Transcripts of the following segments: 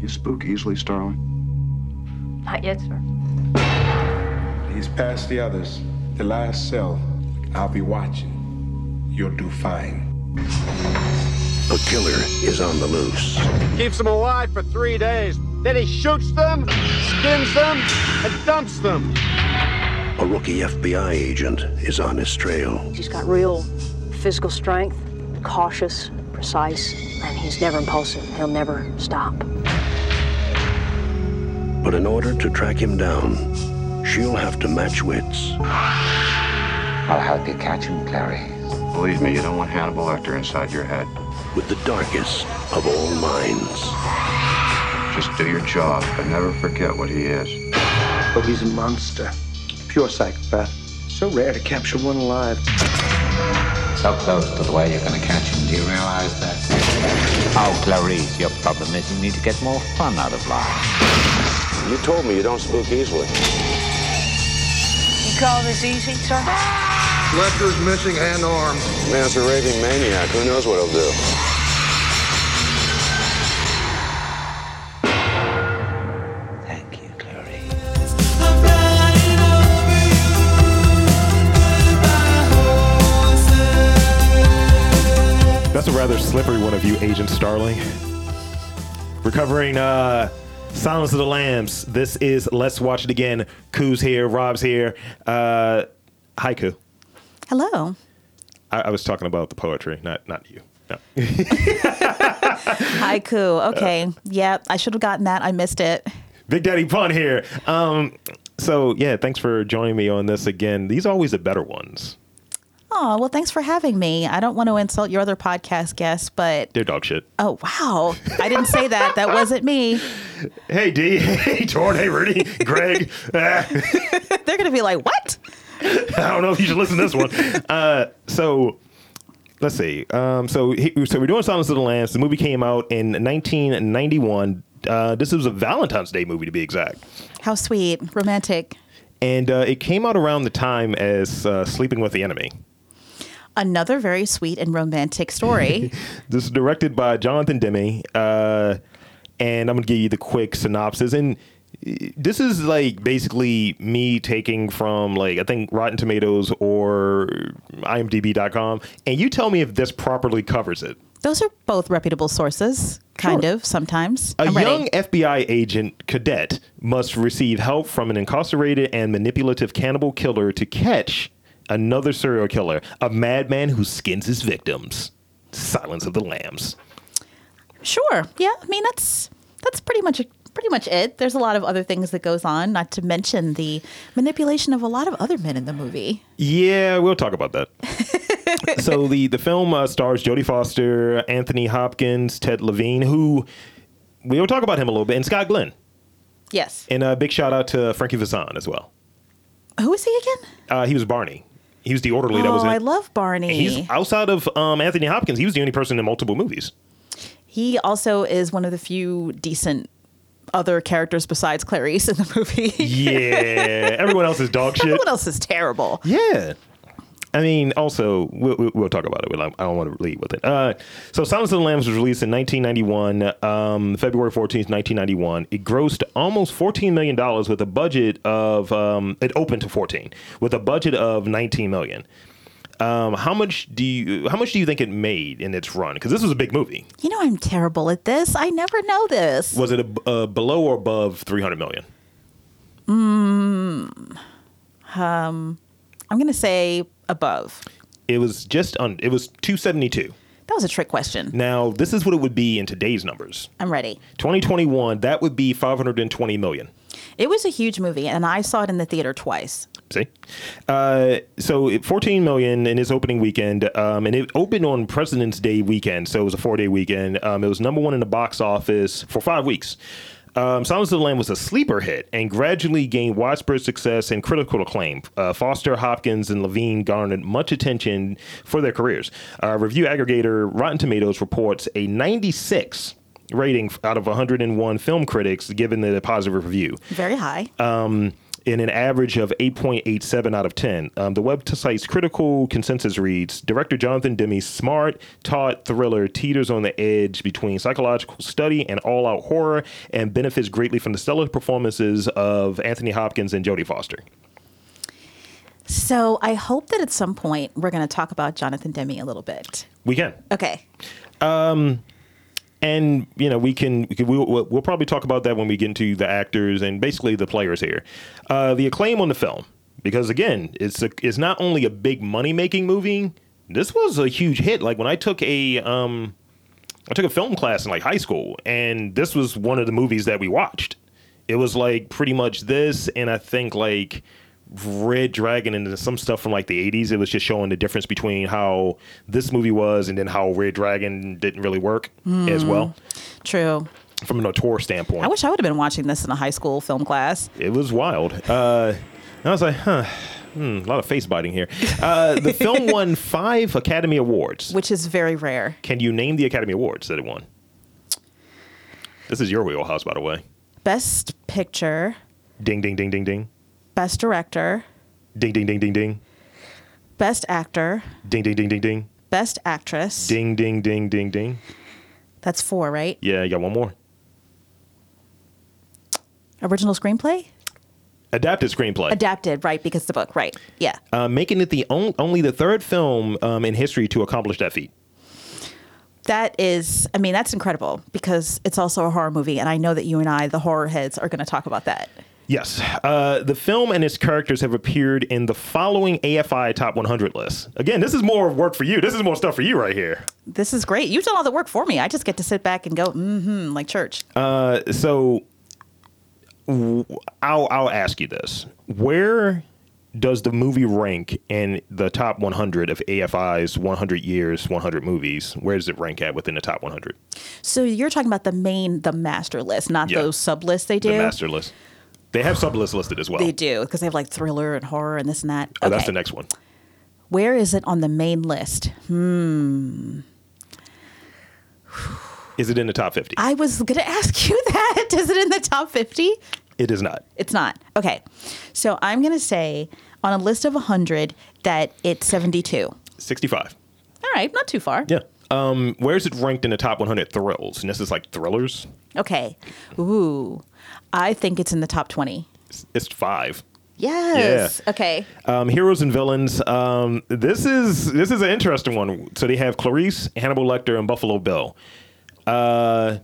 You spook easily, Starling. Not yet, sir. He's past the others. The last cell. I'll be watching. You'll do fine. The killer is on the loose. keeps them alive for three days. Then he shoots them, skins them, and dumps them. A rookie FBI agent is on his trail. He's got real physical strength, cautious, precise, and he's never impulsive. He'll never stop. But in order to track him down, she'll have to match wits. I'll help you catch him, Clary. Believe me, you don't want Hannibal Lecter inside your head. with the darkest of all minds. Just do your job, but never forget what he is. Oh, he's a monster. Pure psychopath. So rare to capture one alive. So close to the way you're going to catch him. Do you realize that? Oh, Clarice, your problem is you need to get more fun out of life. You told me you don't spook easily. You call this easy, sir? Lecter's missing hand arm. Man's a raving maniac. Who knows what he'll do? Thank you, Clarice. That's a rather slippery one of you, Agent Starling. Recovering uh, Silence of the Lambs. This is Let's Watch It Again. Koo's here, Rob's here. Uh, hi, Koo. Hello. I, I was talking about the poetry, not not you. No. Haiku. Okay. yep. I should have gotten that. I missed it. Big Daddy Pun here. Um, so, yeah, thanks for joining me on this again. These are always the better ones. Oh, well, thanks for having me. I don't want to insult your other podcast guests, but They're dog shit. oh, wow. I didn't say that. That wasn't me. Hey, D. Hey, Torn. Hey, Rudy. Greg. Ah. They're going to be like, what? I don't know if you should listen to this one. Uh, so let's see. Um, so he, so we're doing Silence of the Lambs. The movie came out in 1991. Uh, this was a Valentine's Day movie to be exact, How sweet. Romantic. and uh, it came out around the time as uh, Sleeping with the Enemy. Another very sweet and romantic story. This is directed by Jonathan Demme, uh, and I'm gonna give you the quick synopsis. And uh, this is like basically me taking from like I think Rotten Tomatoes or IMDb.com, and you tell me if this properly covers it. Those are both reputable sources, kind of, sometimes. A I'm ready. young FBI agent cadet must receive help from an incarcerated and manipulative cannibal killer to catch another serial killer, a madman who skins his victims. Silence of the Lambs. Sure. Yeah. I mean, that's that's pretty much pretty much it. There's a lot of other things that goes on, not to mention the manipulation of a lot of other men in the movie. Yeah, we'll talk about that. so the the film uh, stars Jodie Foster, Anthony Hopkins, Ted Levine, who we'll talk about him a little bit, and Scott Glenn. Yes. And a big shout out to Frankie Vassan as well. Who is he again? Uh, he was Barney. He was the orderly that oh, was in. I love Barney. He's outside of um, Anthony Hopkins. He was the only person in multiple movies. he also is one of the few decent other characters besides Clarice in the movie. Yeah, everyone else is dog shit. Everyone else is terrible. Yeah. I mean, also, we'll, we'll- we'll talk about it. We'll- I don't want to lead with it. Uh, so, Silence of the Lambs was released in 1991, um, February 14th, 1991. It grossed almost $14 million with a budget of, um, it opened to 14 with a budget of 19 million. Um, how much do you how much do you think it made in its run? Because this was a big movie. You know, I'm terrible at this. I never know this. Was it a, uh below or above three hundred million? I'm going to say above. It was just un, it was two seventy two. That was a trick question. Now this is what it would be in today's numbers. I'm ready. 2021, that would be 520 million. It was a huge movie, and I saw it in the theater twice. See? Uh, so it- 14 million in its opening weekend, um, and it opened on President's Day weekend, so it was a four day weekend. Um, it was number one in the box office for five weeks. Um, Silence of the Lamb was a sleeper hit and gradually gained widespread success and critical acclaim. Uh, Foster, Hopkins, and Levine garnered much attention for their careers. Uh, review aggregator Rotten Tomatoes reports a 96 rating out of 101 film critics given the positive review. Very high. um, in an average of 8.87 out of 10. Um, the website's critical consensus reads Director Jonathan Demi's smart, taut thriller teeters on the edge between psychological study and all out horror and benefits greatly from the stellar performances of Anthony Hopkins and Jodie Foster. So I hope that at some point we're going to talk about Jonathan Demi a little bit. We can. Okay. Um, and you know we can, we can we'll, we'll probably talk about that when we get into the actors and basically the players here. Uh, the acclaim on the film because again it's a, it's not only a big money making movie. This was a huge hit. Like when I took a um, I took a film class in like high school, and this was one of the movies that we watched. It was like pretty much this, and I think like Red Dragon and some stuff from like the 80s. It was just showing the difference between how this movie was and then how Red Dragon didn't really work Mm, as well. True. From an auteur standpoint, I wish I would have been watching this in a high school film class. it was wild. Uh, and I was like, huh, hmm, a lot of face biting here. Uh, the film won five Academy Awards, which is very rare. Can you name the Academy Awards that it won? This is your wheelhouse, by the way. Best picture, Ding, ding, ding, ding, ding. best director, Ding, ding, ding, ding, ding. best actor, Ding, ding, ding, ding, ding. best actress. Ding, ding, ding, ding, ding. That's four, right? Yeah, you got one more. Original screenplay? Adapted screenplay. Adapted, right? Because the book, right? Yeah. uh, making it the on- only the third film um, in history to accomplish that feat. That is, I mean, that's incredible because it's also a horror movie. And I know that you and I, the horror heads, are going to talk about that. Yes, uh, the film and its characters have appeared in the following AFI Top 100 list. Again, this is more work for you. This is more stuff for you right here. This is great. You've done all the work for me. I just get to sit back and go, mm hmm, like church. Uh, so, w- I'll I'll ask you this: Where does the movie rank in the top 100 of AFI's 100 years, 100 movies? Where does it rank at within the top 100? So you're talking about the main, the master list, not Yeah. those sub lists they do? The master list. They have sub lists listed as well. They do because they have like thriller and horror and this and that. Oh, that's the next one. Where is it on the main list? Hmm. Is it in the top 50? I was going to ask you that. Is it in the top 50? It is not. It's not. Okay. So I'm going to say on a list of 100 that it's 72. All 65. right. Not too far. Yeah. Um, where is it ranked in the top 100 thrills? And this is like thrillers. Okay. Ooh. I think it's in the top 20. It's, it's five. Yes. Yeah. Okay. Um, heroes and villains. Um, this is this is an interesting one. So they have Clarice, Hannibal Lecter, and Buffalo Bill. Uh,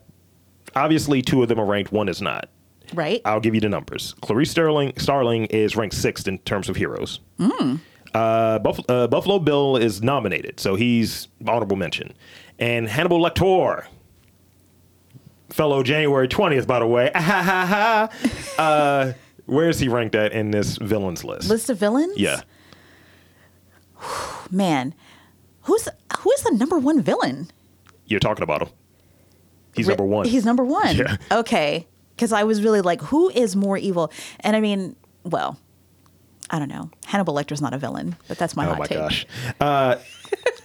obviously, two of them are ranked. One is not. Right. I'll give you the numbers. Clarice Sterling Starling is ranked sixth in terms of heroes. Mm. Uh, Buff- uh, Buffalo Bill is nominated, so he's honorable mention. And Hannibal Lecter, fellow January 20th, by the way. uh, where is he ranked at in this villains list? List of villains? Yeah. Man. Who's who is the number one villain? You're talking about him. He's number one. He's number one. Yeah. Okay. Because I was really like, who is more evil? And I mean, well, I don't know. Hannibal Lecter's not a villain, but that's my oh hot my take. gosh. Uh,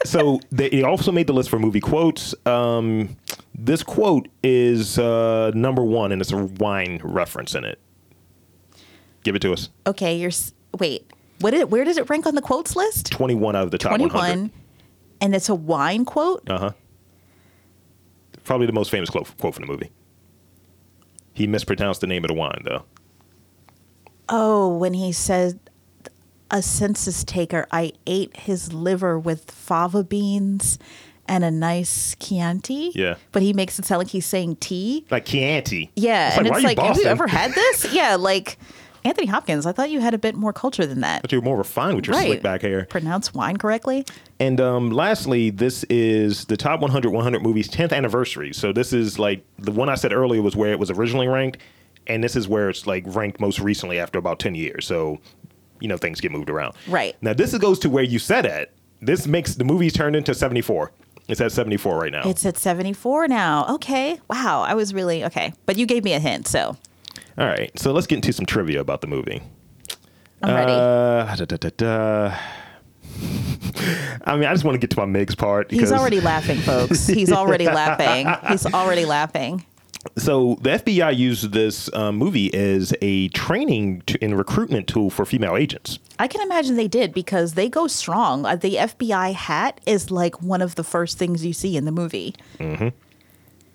so they they also made the list for movie quotes. Um, this quote is uh, number one, and it's a wine reference in it. Give it to us. Okay, you're s- wait. What did, where does it rank on the quotes list? 21 out of the top 100. Twenty-one, and it's a wine quote. Uh huh. Probably the most famous quote, quote from the movie. He mispronounced the name of the wine, though. Oh, when he says, "A census taker, I ate his liver with fava beans and a nice Chianti." Yeah. but he makes it sound like he's saying tea. Like Chianti. Yeah, It's and like, it's why like, are you have you Boston? ever had this? yeah, like Anthony Hopkins. I thought you had a bit more culture than that. But you're more refined with your Right. slick back hair. Pronounce wine correctly. And um, lastly, this is the top 100 100 movies 10th anniversary. So this is like the one I said earlier was where it was originally ranked, and this is where it's like ranked most recently after about 10 years. So you know things get moved around. Right. Now this goes to where you said at. This makes the movies turned into 74. It's at 74 right now. It's at 74 now. Okay. Wow. I was really okay. But you gave me a hint, so All right, so let's get into some trivia about the movie. I'm ready. Uh, da, da, da, da. I mean, I just want to get to my Migs part. he's because- already laughing, folks. He's already laughing. He's already laughing. so the FBI used this uh, movie as a training to, and recruitment tool for female agents. I can imagine they did because they go strong. Uh, The FBI hat is like one of the first things you see in the movie.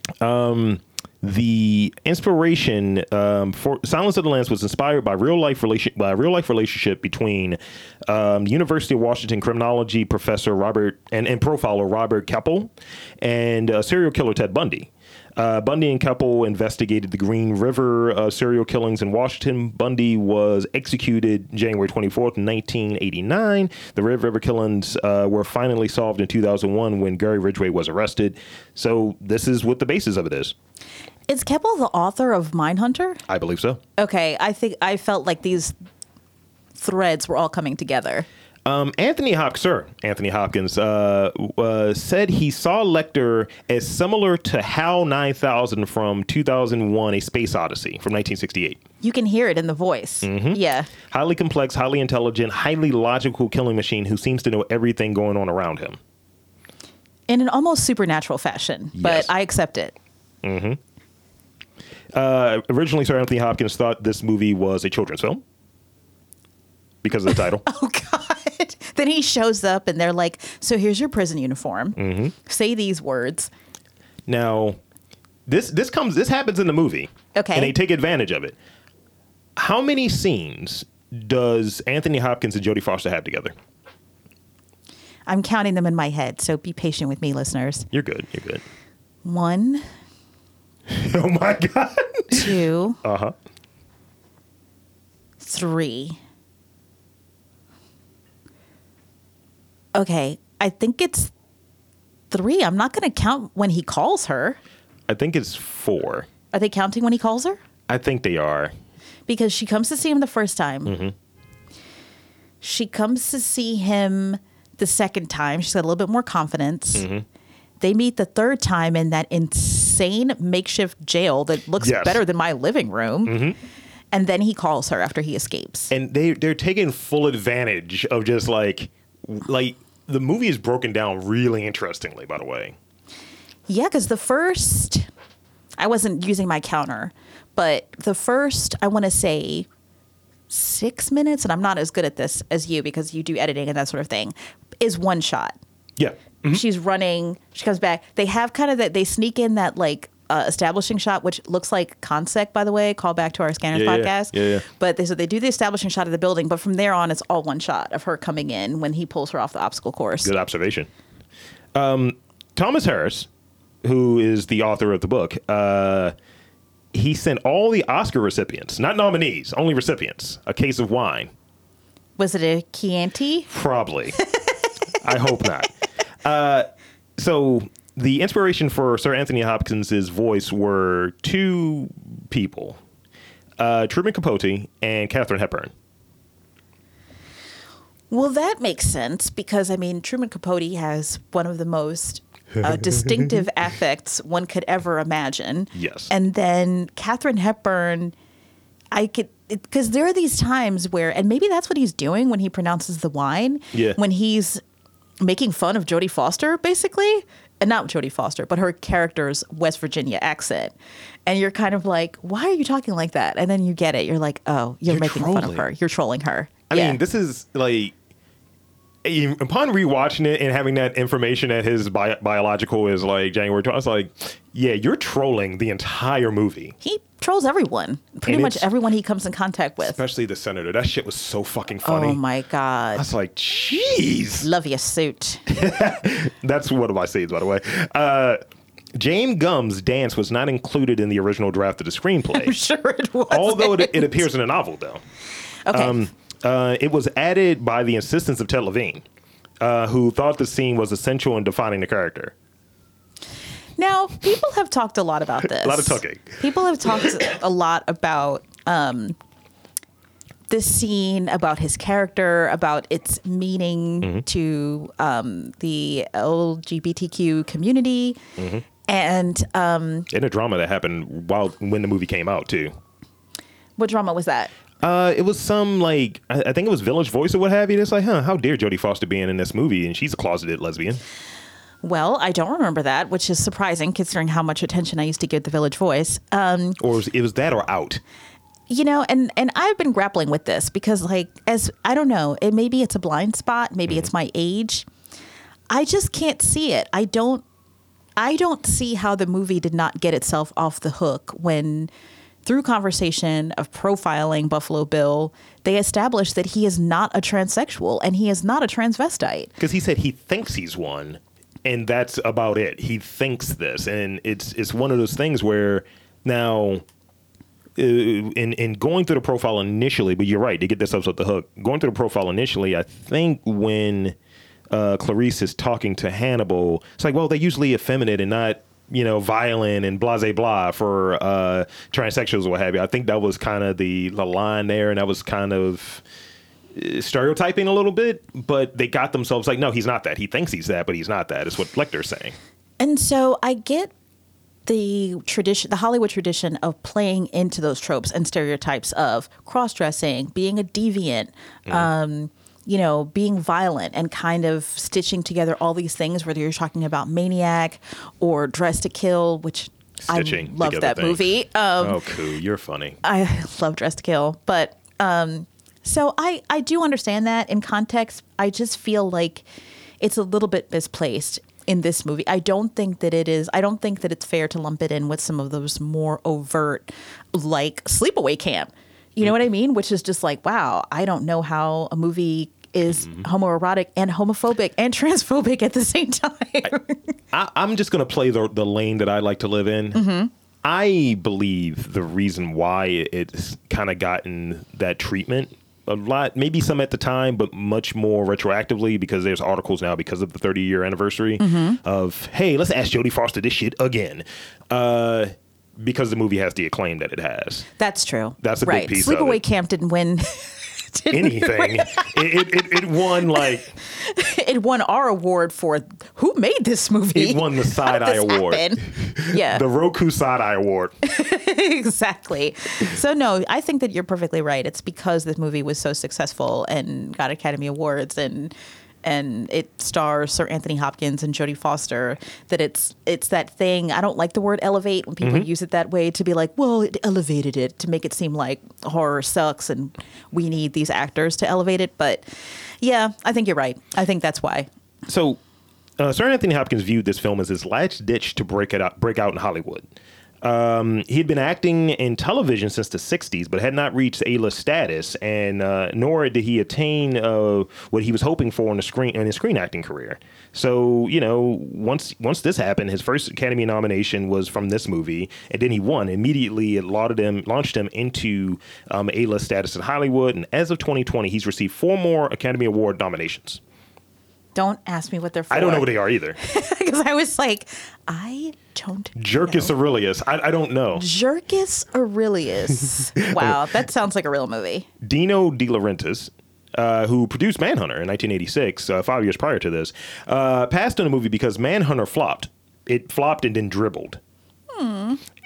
Mm-hmm. Um, the inspiration um, for Silence of the Lambs was inspired by real life relation by a real life relationship between um, University of Washington criminology professor Robert and, and profiler Robert Keppel and uh, serial killer Ted Bundy. Uh, Bundy and Keppel investigated the Green River uh, serial killings in Washington. Bundy was executed January 24th, 1989. The Red River killings uh, were finally solved in 2001 when Gary Ridgway was arrested. So, this is what the basis of it is. Is Keppel the author of Mindhunter? I believe so. Okay, I think I felt like these threads were all coming together. Um, Anthony Hopkins, sir, Anthony Hopkins, uh, uh, said he saw Lecter as similar to HAL 9000 from 2001, A Space Odyssey from 1968. You can hear it in the voice. Mhm. Yeah. Highly complex, highly intelligent, highly logical killing machine who seems to know everything going on around him. In an almost supernatural fashion, but I accept it. hmm Uh, originally, Sir Anthony Hopkins thought this movie was a children's film because of the title. Oh, Then he shows up and they're like, So here's your prison uniform. hmm Say these words. Now, this this comes this happens in the movie. Okay. And they take advantage of it. How many scenes does Anthony Hopkins and Jodie Foster have together? I'm counting them in my head, so be patient with me, listeners. You're good. You're good. One. oh my God. Two, Uh huh. three. Okay, I think it's three. I'm not going to count when he calls her. I think it's four. Are they counting when he calls her? I think they are. Because she comes to see him the first time. hmm She comes to see him the second time. She's got a little bit more confidence. hmm They meet the third time in that insane makeshift jail that looks Yes. better than my living room. And then he calls her after he escapes. And they they're taking full advantage of just like like the movie is broken down really interestingly. By the way. Yeah, because the first, I wasn't using my counter, but the first, I want to say six minutes, and I'm not as good at this as you because you do editing and that sort of thing, is one shot. Yeah. Mm-hmm. She's running, she comes back. They have kind of that, they sneak in that like uh, establishing shot, which looks like Consec, by the way, call back to our Scanners Yeah, yeah, podcast. yeah, yeah. But they, so they do the establishing shot of the building, but from there on, it's all one shot of her coming in when he pulls her off the obstacle course. Good observation. Um, Thomas Harris, who is the author of the book, uh, he sent all the Oscar recipients, not nominees, only recipients, a case of wine. Was it a Chianti? Probably. I hope not. Uh, so the inspiration for Sir Anthony Hopkins' voice were two people, uh, Truman Capote and Katherine Hepburn. Well, that makes sense because I mean Truman Capote has one of the most uh, distinctive affects one could ever imagine. Yes. And then Katherine Hepburn, I could because there are these times where, and maybe that's what he's doing when he pronounces the wine. Yeah. When he's making fun of Jodie Foster, basically, and not Jodie Foster, but her character's West Virginia accent. And you're kind of like, why are you talking like that? And then you get it. You're like, oh, you're, making fun of trolling. her. You're trolling her. I mean, this is like e- upon rewatching it and having that information that his bi- biological is like January 12th, I was like, yeah, you're trolling the entire movie, He trolls everyone, pretty And much it's- everyone he comes in contact with. especially the senator. That shit was so fucking funny. Oh my god! That's like, jeez. Love your suit. That's one of my scenes, by the way. Uh, James Gum's dance was not included in the original draft of the screenplay. I'm sure it was. Although it, it appears in a novel, though. Okay. uh, it was added by the insistence of Ted Levine, uh, who thought the scene was essential in defining the character. Now, people have talked a lot about this. A lot of talking. People have talked a lot about um, this scene, about his character, about its meaning Mm-hmm. to um, the LGBTQ community, Mhm. and um, And a drama that happened while when the movie came out too. what drama was that? Uh, it was some like I, I think it was Village Voice or what have you. It's like, huh? How dare Jodie Foster being in this movie? And she's a closeted lesbian. Well, I don't remember that, which is surprising considering how much attention I used to give the Village Voice. Um, or it was, it was that or out. you know and and i've been grappling with this because like as i don't know it maybe it's a blind spot maybe it's my age i just can't see it i don't i don't see how the movie did not get itself off the hook when through conversation of profiling buffalo bill they established that he is not a transsexual and he is not a transvestite because he said he thinks he's one, and that's about it. He thinks this, and it's it's one of those things where now, uh, in in going through the profile initially, but you're right to get this up the hook. Going through the profile initially, I think when uh, Clarice is talking to Hannibal, it's like, well, they're usually effeminate and not. You know, violent and blah blah blah for uh, transsexuals or what have you. I think that was kind of the, the line there, and that was kind of stereotyping a little bit, but they got themselves like, no, he's not that. He thinks he's that, but he's not that. Is what Lecter's saying. And so I get the tradition, the Hollywood tradition of playing into those tropes and stereotypes of cross dressing, being a deviant, Mm. um, you know, being violent and kind of stitching together all these things, whether you're talking about Maniac or Dress to Kill, which Stitching. I love together that things. movie. Um, oh, cool. You're funny. I love Dress to Kill, but um, so I I do understand that in context. I just feel like it's a little bit misplaced in this movie. I don't think that it is. I don't think that it's fair to lump it in with some of those more overt, like Sleepaway Camp. You Mm. know what I mean? Which is just like, wow, I don't know how a movie is Mm-hmm. homoerotic and homophobic and transphobic at the same time. I, I'm just gonna play the the lane that I like to live in. Mhm. I believe the reason why it's kind of gotten that treatment a lot, maybe some at the time, but much more retroactively because there's articles now because of the 30 year anniversary Mhm. Mm-hmm. of, hey, let's ask Jodie Foster this shit again. Uh, because the movie has the acclaim that it has. That's true. That's a right. big piece Sleepaway of it. Camp didn't win. didn't anything. it, it, it, it won like it won our award for who made this movie. it won the side eye This award, happened. Yeah, the Roku side eye award. exactly. So no, I think that you're perfectly right. It's because this movie was so successful and got Academy Awards and and it stars Sir Anthony Hopkins and Jodie Foster that it's it's that thing. I don't like the word elevate when people Mm-hmm. Mhm. use it that way to be like, well, it elevated it to make it seem like horror sucks and we need these actors to elevate it, but yeah, I think you're right. I think that's why. So, uh, Sir Anthony Hopkins viewed this film as his last ditch to break it out, break out in Hollywood. Um, he had been acting in television since the '60s, but had not reached A-list status, and uh, nor did he attain uh, what he was hoping for in the screen in his screen acting career. So, you know, once once this happened, his first Academy nomination was from this movie, and then he won immediately. It lauded him, launched him into um, A-list status in Hollywood, and as of 2020, he's received four more Academy Award nominations. Don't ask me what they're for. I don't know what they are either. because I was like, I don't Jerkus Aurelius. I, I don't know. Jerkis Aurelius. wow, that sounds like a real movie. Dino De Laurentiis, uh, who produced Manhunter in 1986, uh, five years prior to this, uh, passed on the movie because Manhunter flopped. It flopped and then dribbled.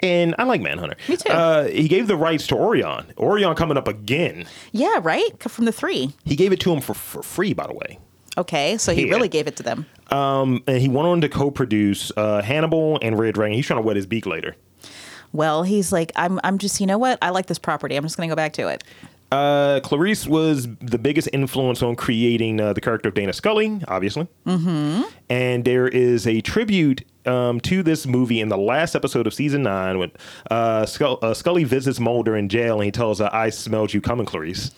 And I like Manhunter. Hmm. Me too. Uh, he gave the rights to Orion. Orion coming up again. Yeah, right? From the three. He gave it to him for, for free, by the way. Okay, so he Yeah. really gave it to them. Um, and he went on to co-produce uh, Hannibal and Red Dragon. He's trying to wet his beak later. Well, he's like, I'm, I'm just, you know what? I like this property. I'm just going to go back to it. Uh, Clarice was the biggest influence on creating uh, the character of Dana Scully, obviously. Mm-hmm. And there is a tribute um, to this movie in the last episode of season nine when uh, Scull- uh, Scully visits Mulder in jail and he tells her, I smelled you coming, Clarice.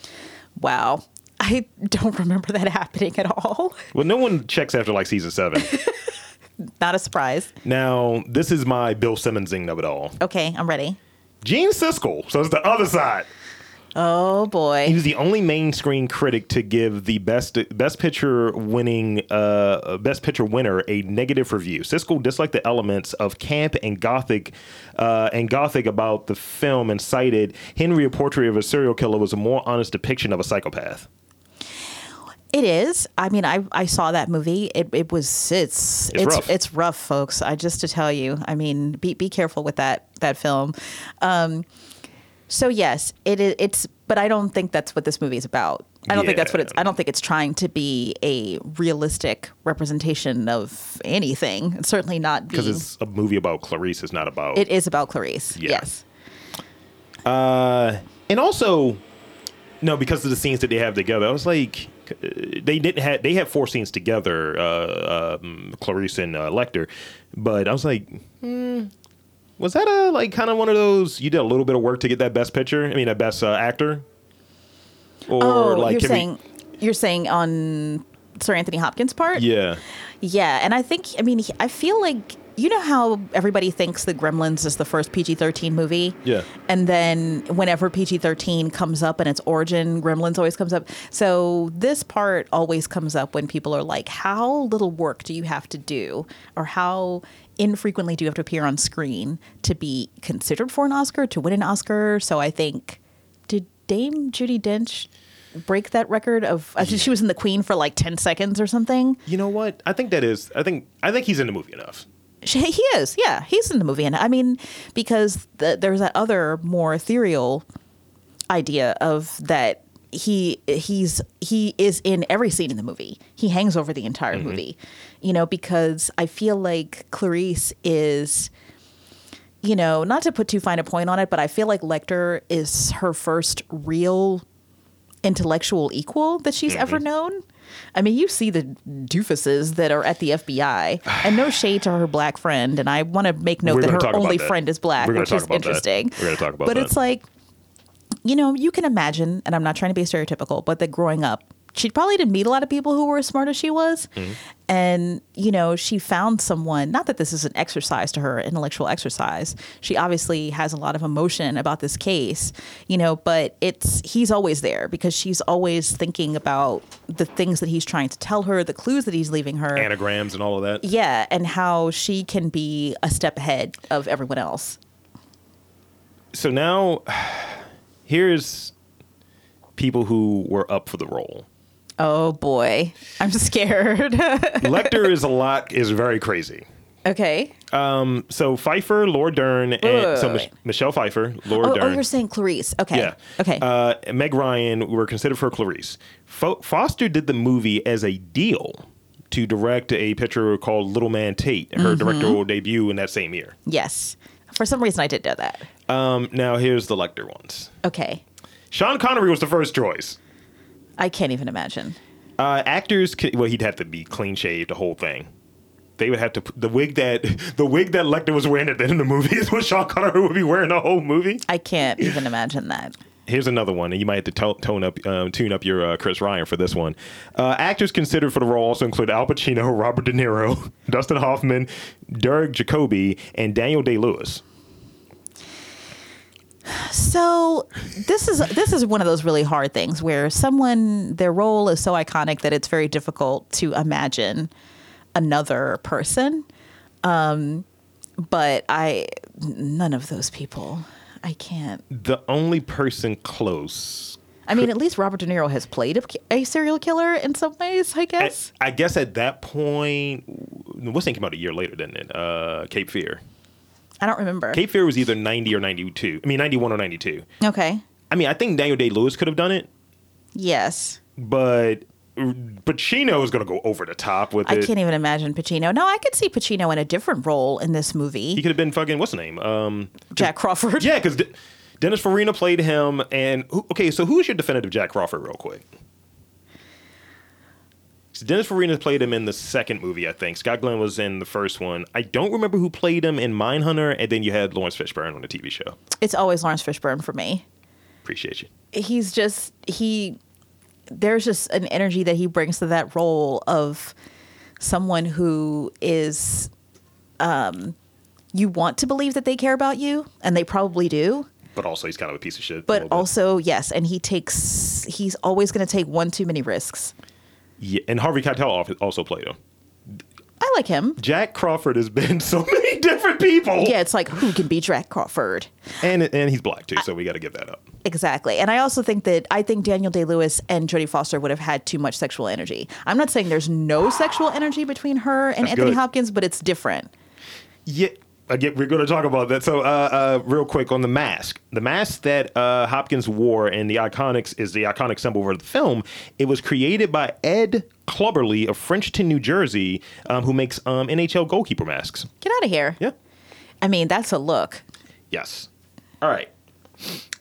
Wow. I don't remember that happening at all. Well, no one checks after like season seven. Not a surprise. now, this is my Bill Simmonsing of it all. Okay, I'm ready. Gene Siskel. So it's the other side. Oh boy. He was the only main screen critic to give the best best picture winning uh best picture winner a negative review. Siskel disliked the elements of camp and gothic uh and gothic about the film and cited Henry a portrait of a serial killer was a more honest depiction of a psychopath. It is. I mean, I, I saw that movie. It, it was it's It's rough. it's rough, folks. I just to tell you. I mean, be be careful with that that film. Um, so yes, it i- it's But I don't think that's what this movie is about. I don't think that's what it's. I don't think it's trying to be a realistic representation of anything. It's certainly not because being- it's a movie about Clarice. It's not about It is about Clarice. Yeah. Yes. Uh, and also, no, because of the scenes that they have together, I was like, uh, they didn't have they had four scenes together, uh, um, Clarice and uh, Lecter, but I was like, hmm, was that a like kind of one of those you did a little bit of work to get that best picture? I mean, that best uh, actor. Or oh, you're can we- saying you're saying on Sir Anthony Hopkins' part. yeah, Yeah, and I think I mean he- I feel like you know how everybody thinks that Gremlins is the first PG-13 movie. yeah. And then whenever PG 13 comes up and its origin, Gremlins always comes up. So this part always comes up when people are like, how little work do you have to do? Or how infrequently do you have to appear on screen to be considered for an Oscar, to win an Oscar? So I think, did Dame Judy Dench break that record of, I think she was in The Queen for like 10 seconds or something? You know what? I think that is. I think I think he's in the movie enough. She, he is, yeah, he's in the movie, and I mean, because the, there's that other more ethereal idea of that he he's he is in every scene in the movie. He hangs over the entire Mm-hmm. Mhm. movie, you know, because I feel like Clarice is. You know, not to put too fine a point on it, but I feel like Lecter is her first real intellectual equal that she's ever Mm-hmm. known. I mean, you see the doofuses that are at the FBI, and no shade to her black friend. And I want to make note We're that gonna her talk about only that. friend is black, We're gonna which talk is about that. interesting. We're gonna talk about But that. it's like, you know, you can imagine, and I'm not trying to be stereotypical, but that growing up, she probably didn't meet a lot of people who were as smart as she was. And, you know, she found someone, not that this is an exercise to her, intellectual exercise. She obviously has a lot of emotion about this case, you know, but it's, he's always there because she's always thinking about the things that he's trying to tell her, the clues that he's leaving her. Anagrams and all of that. yeah, and how she can be a step ahead of everyone else. so now here's people who were up for the role. Oh boy, I'm scared. Lecter is a lot is very crazy. okay. Um, so Pfeiffer, Laura Dern, and wait, wait, so wait, Mich- wait. Michelle Pfeiffer, Laura Oh, oh, Dern. you're saying Clarice. Okay. Yeah. Okay. Uh, Meg Ryan were considered for Clarice. Fo- Foster did the movie as a deal to direct a picture called Little Man Tate, her Mhm. directorial debut in that same year. yes. For some reason, I did know that. Um, now here's the Lecter ones. Okay. Sean Connery was the first choice. I can't even imagine. Uh, actors, could, well, he'd have to be clean shaved, the whole thing. They would have to p- the wig that the wig that Lecter was wearing at the end of the movie is what Sean Connery would be wearing the whole movie. I can't even imagine that. Here's another one, and you might have to to- tone up, um, tune up your uh, Chris Ryan for this one. Uh, actors considered for the role also include Al Pacino, Robert De Niro, Dustin Hoffman, Derek Jacobi, and Daniel Day Lewis. So this is this is one of those really hard things where someone their role is so iconic that it's very difficult to imagine another person. Um, but I none of those people. I can't. The only person close. I mean, at least Robert De Niro has played a, a serial killer in some ways, I guess. I guess at that point, what's it came out a year later, didn't it? Uh, Cape Fear. I don't remember. Cape Fear was either 90 or 92. I mean, 91 or 92. Okay. I mean, I think Daniel Day Lewis could have done it, Yes. but Pacino is going to go over the top with I it. can't even imagine Pacino. No, I could see Pacino in a different role in this movie. He could have been fucking what's the name? Um, Jack Crawford. Yeah, because Dennis Farina played him. And who, okay, so who is your definitive Jack Crawford, real quick? 'Cause Dennis Farina played him in the second movie, I think. Scott Glenn was in the first one. I don't remember who played him in Mindhunter, and then you had Lawrence Fishburne on the TV show. It's always Lawrence Fishburne for me. Appreciate you. He's just he there's just an energy that he brings to that role of someone who is um you want to believe that they care about you and they probably do. But also, he's kind of a piece of shit. a But little bit. also, yes, and he takes he's always going to take one too many risks. Yeah, and Harvey Keitel al- also played him. I like him. Jack Crawford has been so many different people. Yeah, it's like who can be Jack Crawford? And and he's black too, so we got to give that up. Exactly. And I also think that I think Daniel Day Lewis and Jodie Foster would have had too much sexual energy. I'm not saying there's no sexual energy between her and That's Anthony good. Hopkins, but it's different. Yeah. again, we're going to talk about that. So, uh, uh, real quick on the mask, the mask that uh, Hopkins wore in the Iconics is the iconic symbol for the film. It was created by Ed Clubberly of Frenchton, New Jersey, um, who makes um, NHL goalkeeper masks. Get out of here. Yeah. I mean, that's a look. Yes. All right.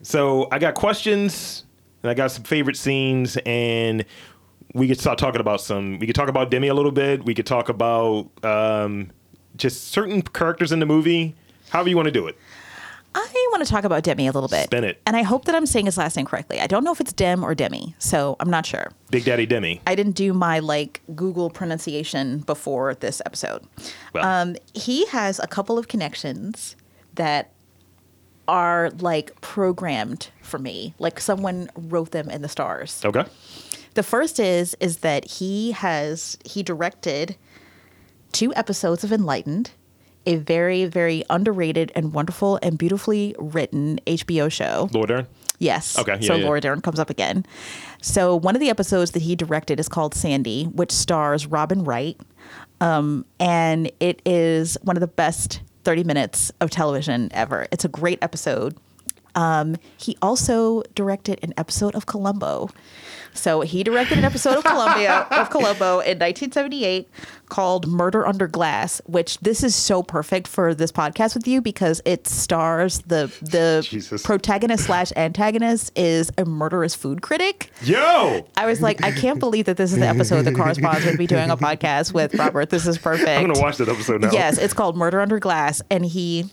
So I got questions and I got some favorite scenes and we could start talking about some we could talk about Demi a little bit. We could talk about um, just certain characters in the movie. However you want to do it. I want to talk about Demi a little bit. Spin it. And I hope that I'm saying his last name correctly. I don't know if it's Dem or Demi, so I'm not sure. Big Daddy Demi. I didn't do my like Google pronunciation before this episode. Well. Um, he has a couple of connections that are like programmed for me. Like someone wrote them in the stars. Okay. The first is is that he has he directed two episodes of Enlightened, a very very underrated and wonderful and beautifully written HBO show. Laura Dern? Yes. Okay, yeah, so yeah. Laura Dern comes up again. So one of the episodes that he directed is called Sandy, which stars Robin Wright, um, and it is one of the best 30 minutes of television ever. It's a great episode. Um, he also directed an episode of Columbo. So he directed an episode of Columbia of Columbo in 1978 called Murder Under Glass, which this is so perfect for this podcast with you because it stars the the Jesus. protagonist slash antagonist is a murderous food critic. Yo! I was like, I can't believe that this is the episode that corresponds with me doing a podcast with Robert. This is perfect. I'm gonna watch that episode now. Yes, it's called Murder Under Glass, and he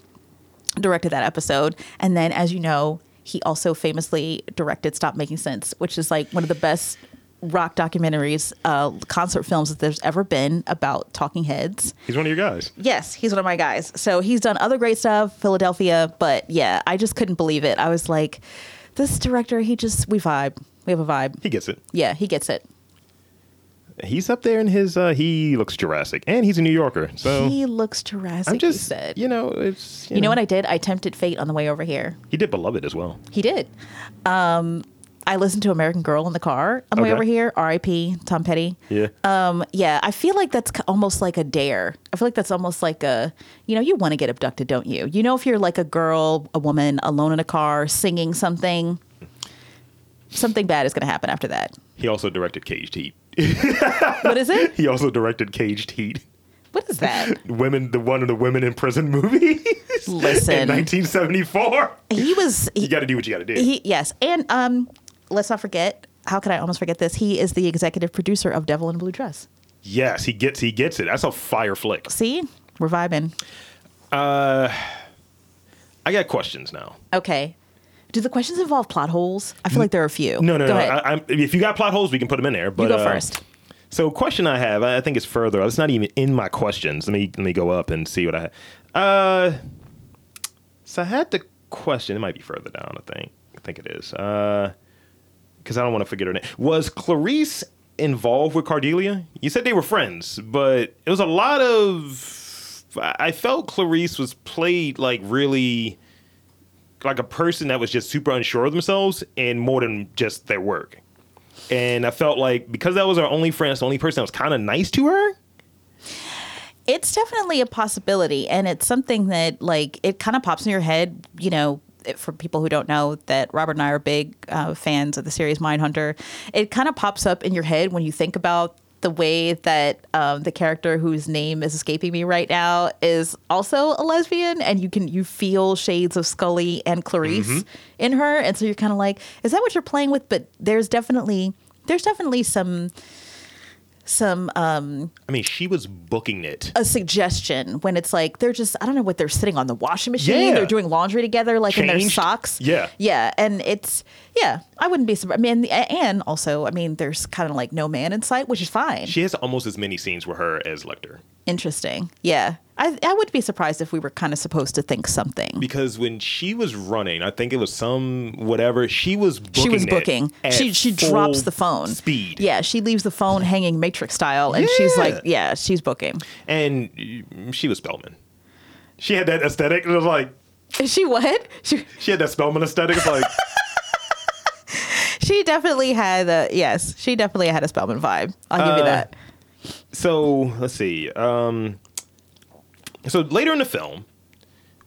directed that episode. And then, as you know, he also famously directed Stop Making Sense, which is like one of the best rock documentaries, uh, concert films that there's ever been about Talking Heads. He's one of your guys. Yes, he's one of my guys. So he's done other great stuff, Philadelphia, but yeah, I just couldn't believe it. I was like, this director, he just, we vibe. We have a vibe. He gets it. Yeah, he gets it. He's up there in his uh, he looks Jurassic and he's a New Yorker. So he looks Jurassic. I'm he just said. you know, it's You, know what I did? I tempted fate on the way over here. He did Beloved as well. He did. Um, I listened to American Girl in the car on the way Okay. over here. R.I.P. Tom Petty. Yeah. Um, yeah, I feel like that's k- almost like a dare. I feel like that's almost like a, you know, you want to get abducted, don't you? You know, if you're like a girl, a woman, alone in a car, singing something, something bad is going to happen after that. He also directed Caged Heat. What is it? He also directed Caged Heat. What is that? Women, the one of the women in prison movie. Listen. in 1974. He was. you got to do what you got to do. He yes, and um, let's not forget. How could I almost forget this? He is the executive producer of Devil in a Blue Dress. yes, he gets he gets it. That's a fire flick. See, we're vibing. Uh, I got questions now. Okay. Do the questions involve plot holes? I feel like there are a few. No, no, Go no. ahead. I, I'm, if you got plot holes, we can put them in there. But go uh, first. so, question I have, I I think it's further. It's not even in my questions. Let me let me go up and see what I. Uh, so I had the question. It might be further down. I think. I think it is. Uh, because I don't want to forget her name. Was Clarice involved with Cardelia? You said they were friends, but it was a lot of. I I felt Clarice was played like really like a person that was just super unsure of themselves and more than just their work. And I felt like because that was our only friend, that's the only person that was kind of nice to her. it's definitely a possibility, and it's something that like it kind of pops in your head. You know, it- for people who don't know that Robert and I are big uh, fans of the series Mindhunter, it kind of pops up in your head when you think about the way that um, the character whose name is escaping me right now is also a lesbian, and you can you feel shades of Scully and Clarice Mhm. in her, and so you're kind of like, is that what you're playing with? But there's definitely there's definitely some some um I mean, she was booking it. a suggestion when it's like they're just I don't know what they're sitting on the washing machine. Yeah. They're doing laundry together, like in their Changed. socks. Yeah. yeah, and it's yeah. I wouldn't be surprised. I mean, and also, I mean, there's kind of like no man in sight, which is fine. She has almost as many scenes with her as Lecter. Interesting. Yeah, I I would be surprised if we were kind of supposed to think something. Because when she was running, I think it was some whatever, she was booking she was it booking. at She she full drops the phone. Speed. Yeah, she leaves the phone hanging Matrix style, and she's Yeah. like, yeah, she's booking. And mm, she was Spellman. She had that aesthetic. It was like, She what? She she had that Spellman aesthetic. It's like, she definitely had a yes. She definitely had a Spellman vibe. I'll give Uh, you that. so let's see. Um, so later in the film,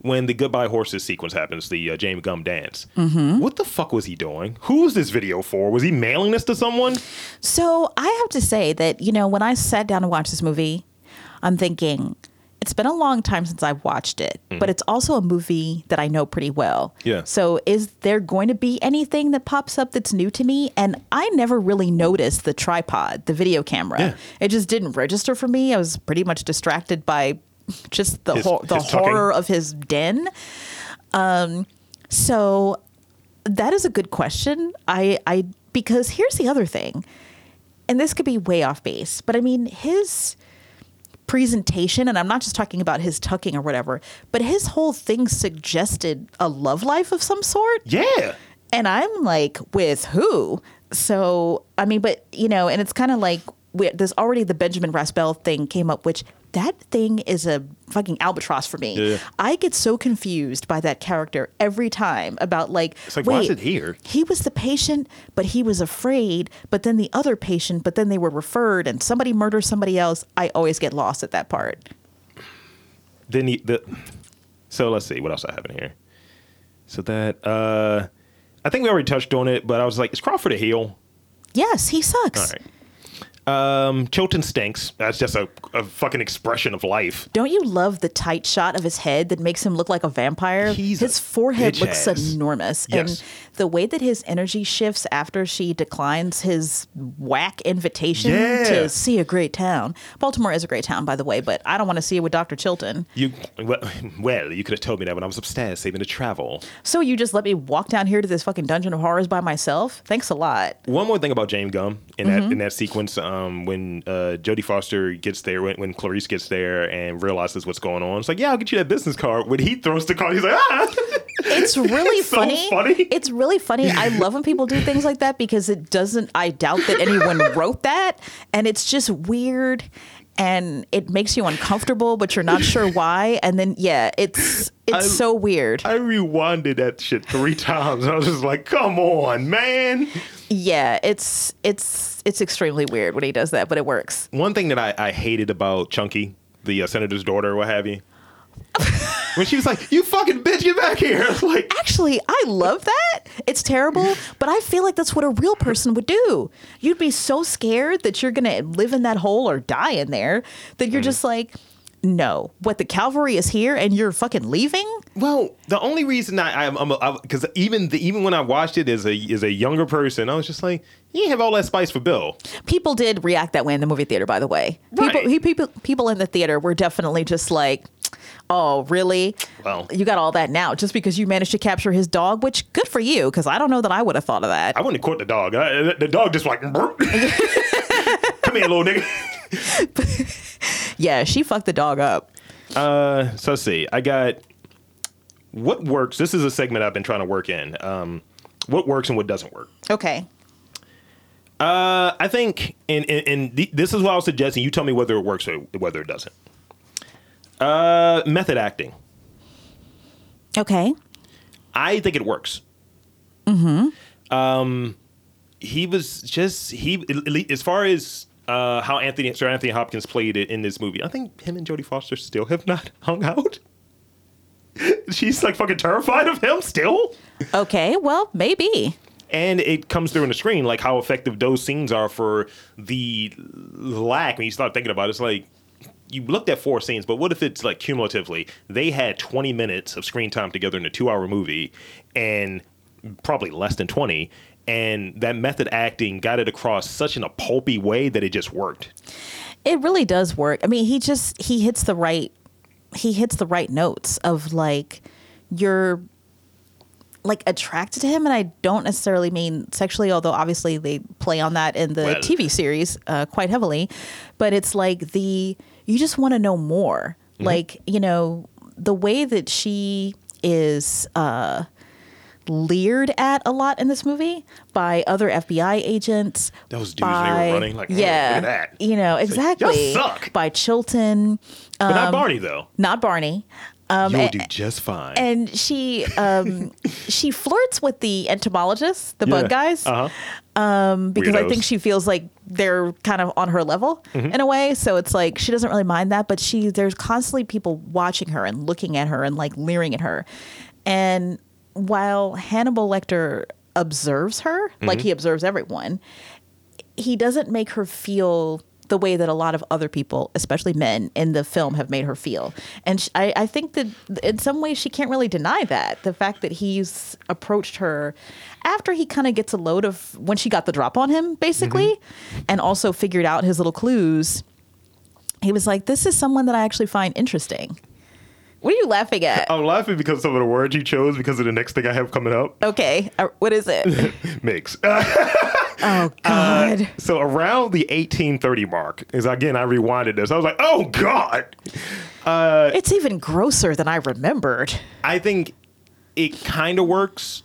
when the Goodbye Horses sequence happens, the uh, James Gum dance. Mhm. What the fuck was he doing? Who was this video for? Was he mailing this to someone? So I have to say that, you know, when I sat down to watch this movie, I'm thinking, it's been a long time since I've watched it, Mhm. but it's also a movie that I know pretty well. Yeah. So is there going to be anything that pops up that's new to me? And I never really noticed the tripod, the video camera. It just didn't register for me. I was pretty much distracted by just the His- hor- the his tucking. horror of his den. Um, so that is a good question. I I because here's the other thing, and this could be way off base, but I mean his presentation, and I'm not just talking about his tucking or whatever, but his whole thing suggested a love life of some sort. Yeah. And I'm like, with who? So, I mean, but, you know, and it's kind of like we, there's already the Benjamin Raspel thing came up, which that thing is a fucking albatross for me. Yeah. I get so confused by that character every time about like, It's like, why is wait, it here? He was the patient, but he was afraid, but then the other patient, but then they were referred and somebody murders somebody else. I always get lost at that part. Then he, the. So let's see what else I have in here. So that uh, I think we already touched on it, but I was like, is Crawford a heel? Yes, he All sucks. right. Um, Chilton stinks. That's just a, a fucking expression of life. Don't you love the tight shot of his head that makes him look like a vampire? his forehead bitch looks ass. enormous. Yes. And the way that his energy shifts after she declines his whack invitation Yeah. to see a great town. Baltimore is a great town, by the way, but I don't want to see it with Dr. Chilton. You well, well, you could have told me that when I was upstairs saving to travel. So you just let me walk down here to this fucking dungeon of horrors by myself? Thanks a lot. One more thing about James Gum in that Mhm. in that sequence, um, when uh, Jodie Foster gets there, when, when Clarice gets there and realizes what's going on, it's like, yeah, I'll get you that business card. When he throws the card, he's like, ah, It's really It's so funny. It's really funny. I love when people do things like that because it doesn't. I doubt that anyone wrote that, and it's just weird, and it makes you uncomfortable, but you're not sure why. And then yeah, it's it's I- so weird. I rewinded that shit three times. I was just like, come on, man. Yeah, it's it's it's extremely weird when he does that, but it works. One thing that I, I hated about Chunky, the uh, senator's daughter, or what have you, when she was like, "You fucking bitch, get back here!" Like, actually, I love that. It's terrible, but I feel like that's what a real person would do. You'd be so scared that you're gonna live in that hole or die in there that you're just like, no. What the cavalry is here and you're fucking leaving? Well, the only reason I, I'm, I'm because even the, even when I watched it as a as a younger person, I was just like, "You have all that spice for Bill." people did react that way in the movie theater. By the way, people he, people people in the theater were definitely just like, "Oh, really? Well, you got all that now just because you managed to capture his dog, which good for you, because I don't know that I would have thought of that." I wouldn't have caught the dog. I, the dog just like, "Burp." "Come here, little nigga." yeah, she fucked the dog up. Uh, so let's see. I got what works. This is a segment I've been trying to work in. Um, what works and what doesn't work. Okay. Uh, I think, and and, and th- this is what I was suggesting. You tell me whether it works or whether it doesn't. Uh, method acting. Okay. I think it works. Mm-hmm. Um, he was just he at le- as far as uh, how Anthony Sir Anthony Hopkins played it in this movie. I think him and Jodie Foster still have not hung out. She's like fucking terrified of him still. Okay, well maybe. And it comes through in the screen, like how effective those scenes are for the lack. When you start thinking about it, it's like you looked at four scenes, but what if it's like cumulatively? They had 20 minutes of screen time together in a two hour movie, and probably less than 20. And that method acting got it across such in a pulpy way that it just worked. It really does work. I mean, he just he hits the right he hits the right notes of like you're like attracted to him and I don't necessarily mean sexually although obviously they play on that in the Well. TV series uh, quite heavily, but it's like the you just want to know more. Mm-hmm. Mhm. Like, you know, the way that she is uh leered at a lot in this movie by other FBI agents Those dudes, they were by- running like, "Hey, look yeah, at that." you know It's like, "Y'all exactly suck. by Chilton, But not um, Barney, though. not Barney, Um, You'll and- do just fine. and she um, she flirts with the entomologists, the Yeah. bug guys, Uh-huh. um, because I think Weirdos. she feels like they're kind of on her level Mhm. in a way. So it's like she doesn't really mind that, but she there's constantly people watching her and looking at her and like leering at her. And while Hannibal Lecter observes her, like Mhm. Mm-hmm. he observes everyone, he doesn't make her feel the way that a lot of other people, especially men in the film, have made her feel. And sh I, I think that in some ways she can't really deny that. The fact that he's approached her after he kind of gets a load of when she got the drop on him, basically, and also figured out his little clues, he was like, This is someone that I actually find interesting. What are you laughing at? I'm laughing because of some of the words you chose because of the next thing I have coming up. Okay, uh, what is it? Mix. oh God. so around the 1830 mark is again I rewinded this. I was like, oh God. Uh, it's even grosser than I remembered. I think it kind of works.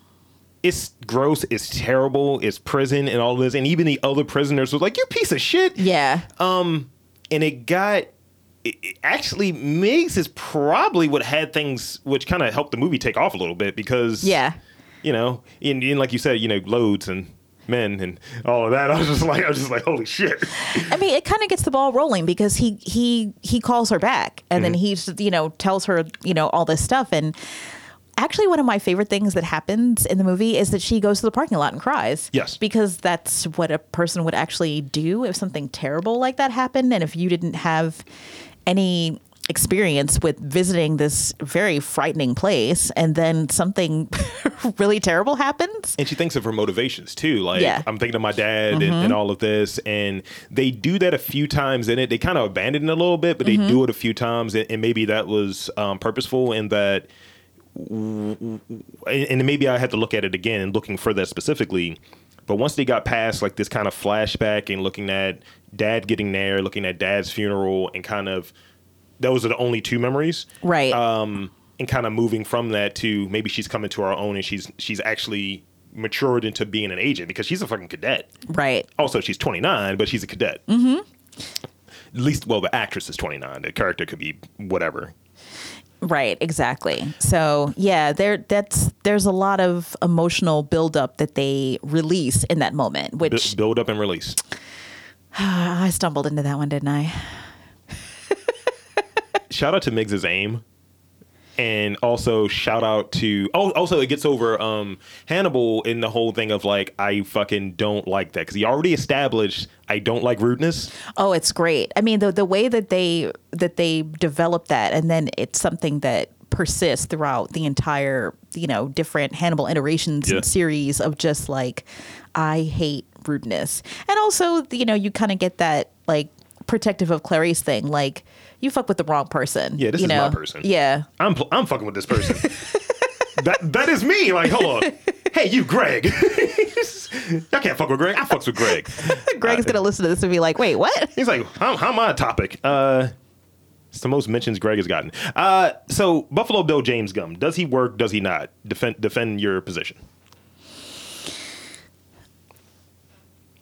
It's gross. It's terrible. It's prison and all this, and even the other prisoners was like, "You piece of shit." Yeah. Um, and it got. It, it actually, Miggs is probably what had things which kind of helped the movie take off a little bit because Yeah. you know, and, and like you said, you know, loads and men and all of that. I was just like, I was just like, holy shit. I mean, it kind of gets the ball rolling because he he he calls her back, and then Mhm. he's you know tells her you know all this stuff. And actually, one of my favorite things that happens in the movie is that she goes to the parking lot and cries. Yes. because that's what a person would actually do if something terrible like that happened, and if you didn't have any experience with visiting this very frightening place and then something really terrible happens And she thinks of her motivations too. Like Yeah. I'm thinking of my dad and, Mhm. and all of this. And they do that a few times in it. They kind of abandon it a little bit, but Mhm. they do it a few times. And, and maybe that was um, purposeful in that. And and maybe I had to look at it again and looking for that specifically. But once they got past like this kind of flashback and looking at dad getting there, looking at dad's funeral, and kind of those are the only two memories right um and kind of moving from that to maybe she's coming to her own and she's she's actually matured into being an agent because she's a fucking cadet right also she's 29 but she's a cadet mm-hmm at least well the actress is 29 the character could be whatever Right, exactly. So yeah, there that's there's a lot of emotional buildup that they release in that moment, Bu- which build up and release I stumbled into that one, didn't I? shout out to Miggs's aim and also shout out to oh also it gets over um Hannibal in the whole thing of like I fucking don't like that cuz he already established I don't like rudeness Oh, it's great. I mean, the the way that they that they develop that and then it's something that persists throughout the entire, you know, different Hannibal iterations Yeah. and series of just like I hate rudeness. And also, you know, you kind of get that like protective of Clarice thing, like you fuck with the wrong person. Yeah, this you is know? my person. Yeah. I'm pl- I'm fucking with this person. that that is me. Like, hold on. Hey, you, Greg. Y'all can't fuck with Greg. I fucks with Greg. Uh, Greg's gonna listen to this and be like, "Wait, what?" He's like, "How how am I a topic?" Uh, it's the most mentions Greg has gotten. Uh, so Buffalo Bill James Gum, does he work? Does he not? Defend defend your position.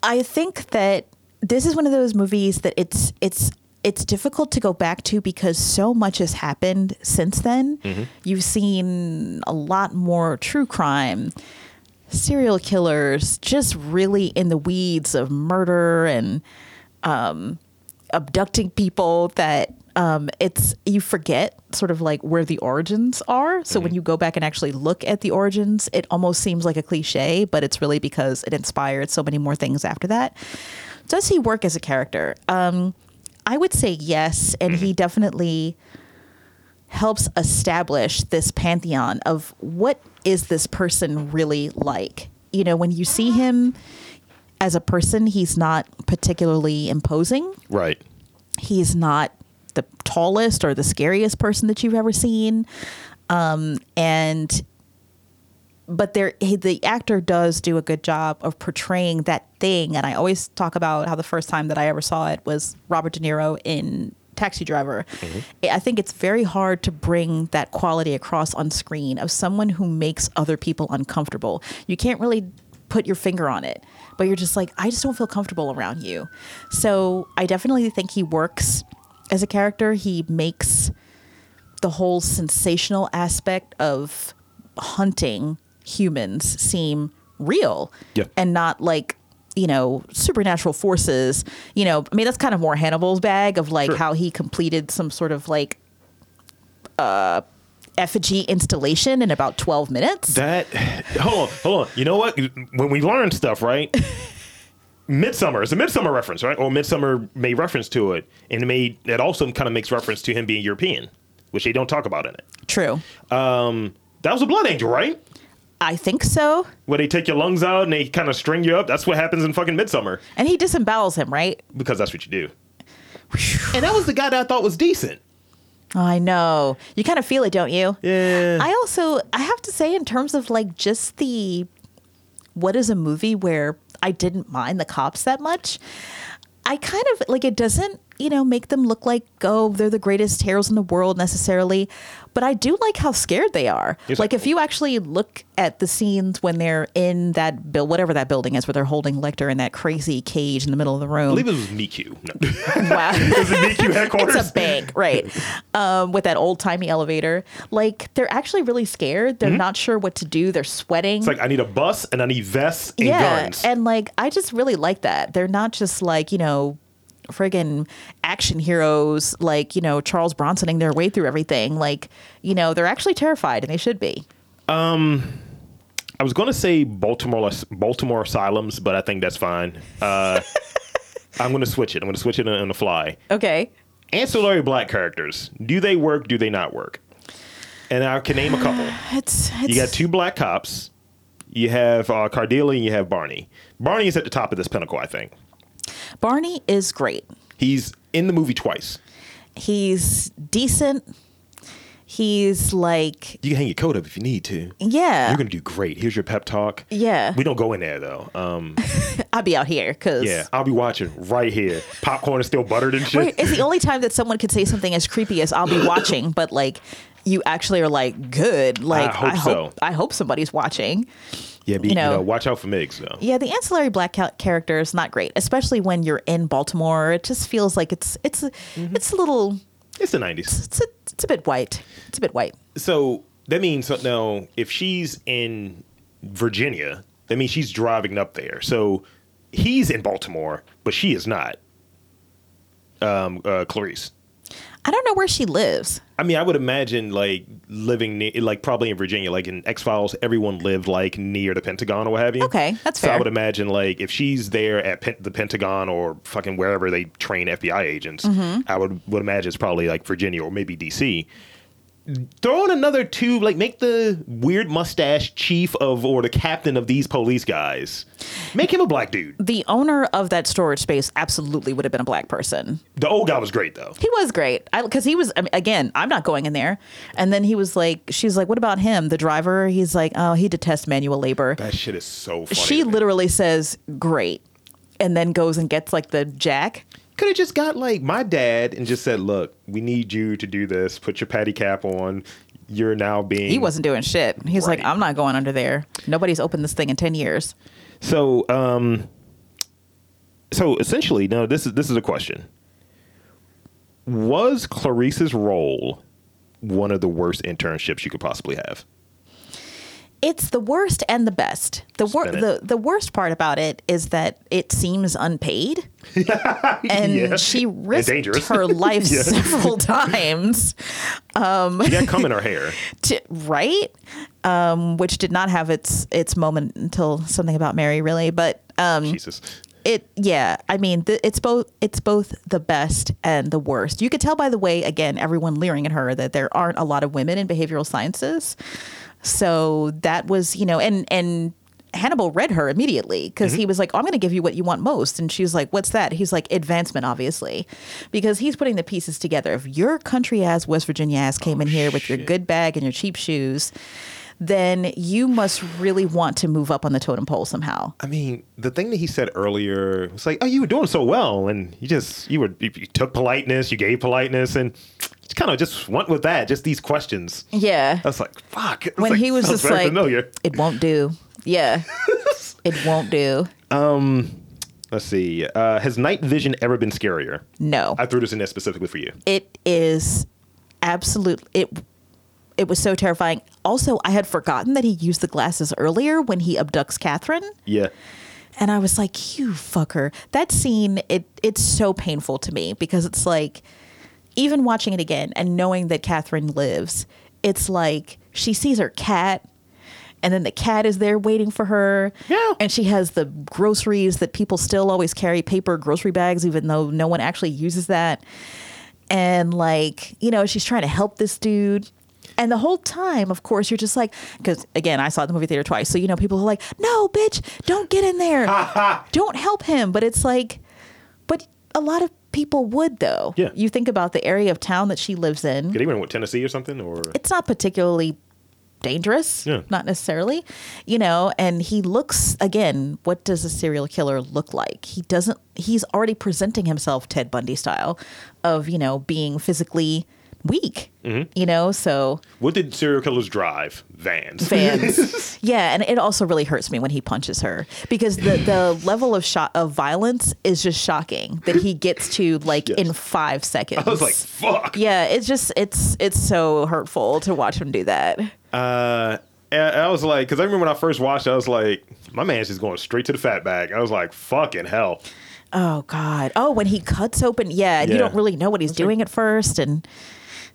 I think that this is one of those movies that it's it's it's difficult to go back to because so much has happened since then. Mhm. You've seen a lot more true crime, serial killers, just really in the weeds of murder and um, abducting people that um, it's you forget sort of like where the origins are. So when you go back and actually look at the origins, it almost seems like a cliche, but it's really because it inspired so many more things after that. Does he work as a character? Um, I would say yes, and he definitely helps establish this pantheon of what is this person really like. You know, when you see him as a person, he's not particularly imposing Right. he's not the tallest or the scariest person that you've ever seen um, and but there he, the actor does do a good job of portraying that thing and i always talk about how the first time that i ever saw it was robert de niro in taxi driver i think it's very hard to bring that quality across on screen of someone who makes other people uncomfortable you can't really put your finger on it but you're just like i just don't feel comfortable around you so i definitely think he works as a character he makes the whole sensational aspect of hunting humans seem real Yeah. and not like you know supernatural forces you know i mean that's kind of more hannibal's bag of like Sure. how he completed some sort of like uh effigy installation in about 12 minutes That hold on, hold on. You know what? When we learn stuff, right? Midsummer. It's a midsummer reference, right? Or midsummer made reference to it, and it made that also kind of makes reference to him being European, which they don't talk about in it. true Um, that was a blood angel, right? i think so Where they take your lungs out and they kind of string you up. That's what happens in fucking midsummer and he disembowels him right because that's what you do. And that was the guy that I thought was decent. I know. You kind of feel it, don't you? Yeah. I also I have to say in terms of like just the what is a movie where I didn't mind the cops that much. I kind of like it doesn't, you know, make them look like oh, they're the greatest heroes in the world necessarily, but I do like how scared they are. Yes, like I- if you actually look at the scenes when they're in that bill whatever that building is where they're holding Lecter in that crazy cage in the middle of the I room. believe it was MeQ. No. Wow. Is it BQ headquarters? Um, It's a bank, right. Um, with that old timey elevator. Like, they're actually really scared. They're Mhm. not sure what to do. They're sweating. It's like I need a bus and I need vests and yeah. guns. And, like, I just really like that. They're not just like, you know, friggin' action heroes, like, you know, Charles Bronsoning their way through everything. Like, you know, they're actually terrified and they should be. Um, I was going to say Baltimore Baltimore asylums, but I think that's fine. Uh, I'm going to switch it. I'm going to switch it on, on the fly. Okay. Ancillary black characters. Do they work? Do they not work? And I can name a couple. It's, it's you got two black cops. You have uh, Cardelia and you have Barney. Barney is at the top of this pinnacle, I think. Barney is great. He's in the movie twice. He's decent. He's like, You can hang your coat up if you need to. Yeah. You're going to do great. Here's your pep talk. Yeah. We don't go in there, though. Um, I'll be out here because yeah, I'll be watching right here. Popcorn is still buttered and shit. Wait, it's the only time that someone could say something as creepy as I'll be watching, but like you actually are like good. Like hope so. I hope somebody's watching. Yeah, be, you you, know. know, watch out for Migs though. Yeah, the ancillary black ca- character is not great, especially when you're in Baltimore. It just feels like it's it's Mm-hmm. it's a little It's the nineties. it's a, it's a bit white. It's a bit white. So that means so now if she's in Virginia, that means she's driving up there. So he's in Baltimore, but she is not. Um, uh, Clarice. I don't know where she lives. I mean, I would imagine like living near, like probably in Virginia, like in X Files, everyone lived like near the Pentagon or what have you. Okay, that's So I fair. would imagine like if she's there at Pen- the Pentagon or fucking wherever they train FBI agents, Mhm. I would would imagine it's probably like Virginia or maybe DC. Throw in another two, like make the weird mustache chief of or the captain of these police guys. Make him a black dude. The owner of that storage space absolutely would have been a black person. The old guy was great though. He was great because he was I mean, again. I'm not going in there. And then he was like, she's like, what about him, the driver? He's like, oh, he detests manual labor. That shit is so funny. she literally says, great, and then goes and gets like the jack. Could have just got like my dad and just said, "Look, we need you to do this. Put your patty cap on. You're now being." He wasn't doing shit. He's like, I'm not going under there. Nobody's opened this thing in ten years. So, um, so essentially, no. This is this is a question. Was Clarice's role one of the worst internships you could possibly have? It's the worst and the best. The wor- Spin it. the the worst part about it is that it seems unpaid, and Yeah. she And risked dangerous. her life Yeah. several times. Um, She got cum in her hair. to, right um which did not have its its moment until something about mary really but um jesus it yeah i mean th- it's both it's both the best and the worst you could tell by the way again everyone leering at her that there aren't a lot of women in behavioral sciences so that was you know and and Hannibal read her immediately because he was like, oh, I'm going to give you what you want most. And she's like, What's that? He's like, Advancement, obviously, because he's putting the pieces together. If your country ass, West Virginia ass, came in here with your good bag and your cheap shoes, then you must really want to move up on the totem pole somehow. I mean, the thing that he said earlier was like, "Oh, you were doing so well, and you just you were you, you took politeness, you gave politeness, and just kind of just went with that. Just these questions." Yeah. I was like, "Fuck." It's when like, he was sounds just very like, familiar. It won't do. Yeah. it won't do. Um, let's see. Uh, has night vision ever been scarier? No. I threw this in there specifically for you. It is absolutely it it was so terrifying. Also, I had forgotten that he used the glasses earlier when he abducts Catherine. Yeah. And I was like, "You fucker!" That scene it it's so painful to me because it's like, even watching it again and knowing that Catherine lives, it's like she sees her cat, and then the cat is there waiting for her. Yeah. And she has the groceries that people still always carry paper grocery bags, even though no one actually uses that. And like, you know, she's trying to help this dude. And the whole time, of course, you're just like, because again, I saw it in the movie theater twice. So, you know, people are like, no, bitch, don't get in there. don't help him. But it's like, but a lot of people would, though. Yeah. You think about the area of town that she lives in. Could even went Tennessee or something, or It's not particularly dangerous, Yeah. not necessarily, you know. And he looks, again, what does a serial killer look like? He doesn't, he's already presenting himself Ted Bundy style of, you know, being physically weak, Mm-hmm. you know, so. what did serial killers drive? Vans. Vans. yeah, and it also really hurts me when he punches her because the the level of shot of violence is just shocking that he gets to like in five seconds. I was like, fuck. Yeah, it's just it's it's so hurtful to watch him do that. Uh, and I was like, because I remember when I first watched, it, I was like, my man's just going straight to the fat bag. I was like, fucking hell. Oh God. Oh, when he cuts open, yeah, and you Yeah. don't really know what he's doing at first, and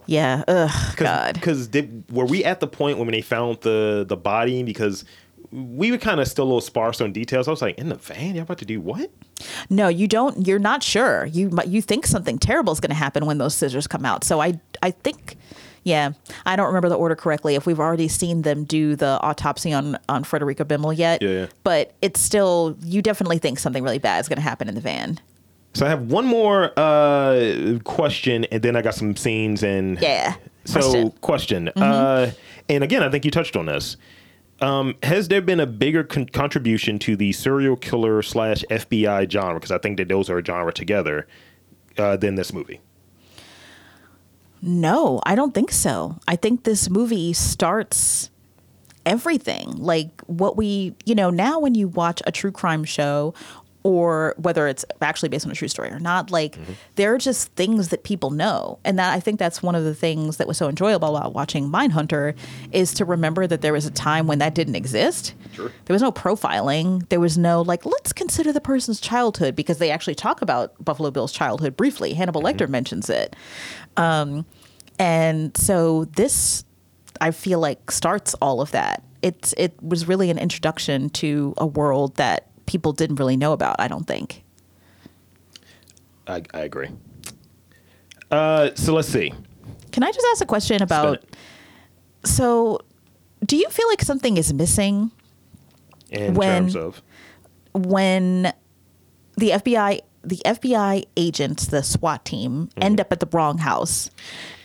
yeah, ugh, God. Because were we at the point when they found the the body? Because we were kind of still a little sparse on details. I was like, in the van, y'all about to do what? No, you don't. You're not sure. You mi- you think something terrible is going to happen when those scissors come out. So I I think, yeah, I don't remember the order correctly. If we've already seen them do the autopsy on on Frederica Bimmel yet, Yeah, yeah. but it's still you definitely think something really bad is going to happen in the van. So I have one more uh, question, and then I got some scenes and Yeah. Mm-hmm. So question, Uh, and again, I think you touched on this. Um, has there been a bigger con- contribution to the serial killer slash FBI genre? Because I think that those are a genre together uh, than this movie. No, I don't think so. I think this movie starts everything. Like what we, you know, now when you watch a true crime show or whether it's actually based on a true story or not, like there are just things that people know. And that I think that's one of the things that was so enjoyable about watching Mindhunter is to remember that there was a time when that didn't exist. Sure. There was no profiling. There was no like, let's consider the person's childhood because they actually talk about Buffalo Bill's childhood briefly. Hannibal Lecter mentions it. Um, and so this, I feel like, starts all of that. It's it was really an introduction to a world that people didn't really know about. I don't think. I, I agree. Uh, so let's see. Can I just ask a question about? So, do you feel like something is missing In When- terms of when the FBI the FBI agents, the SWAT team, end up at the wrong house,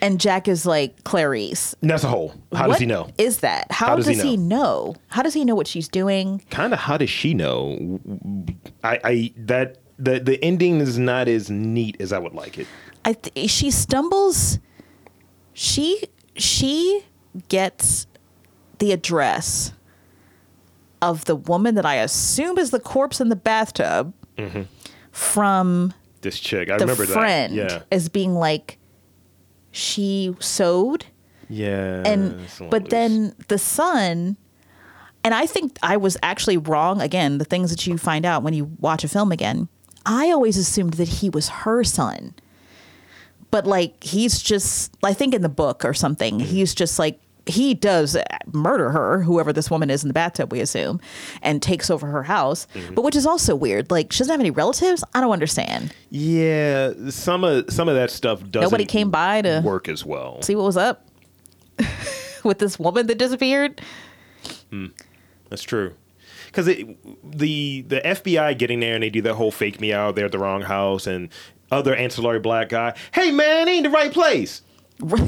and Jack is like Clarice. And that's a whole. How What does he know? Is that how, does, he, know? How does he know what she's doing? kind of how does she know? I, I that the the ending is not as neat as I would like it. I th- she stumbles. She she gets the address of the woman that I assume is the corpse in the bathtub from This chick, Mm-hmm. I the remember friend that. as being like she sewed Yeah, yeah. and someone but was- then the son and i think i was actually wrong again the things that you find out when you watch a film again i always assumed that he was her son but like he's just i think in the book or something he's just like he does murder her whoever this woman is in the bathtub we assume and takes over her house but which is also weird like she doesn't have any relatives i don't understand yeah, some of some of that stuff doesn't. nobody came by to work as well. see what was up with this woman that disappeared That's true. Because the the FBI getting there and they do that whole fake me out. They're at the wrong house and other ancillary black guy. Hey man, ain't the right place. I,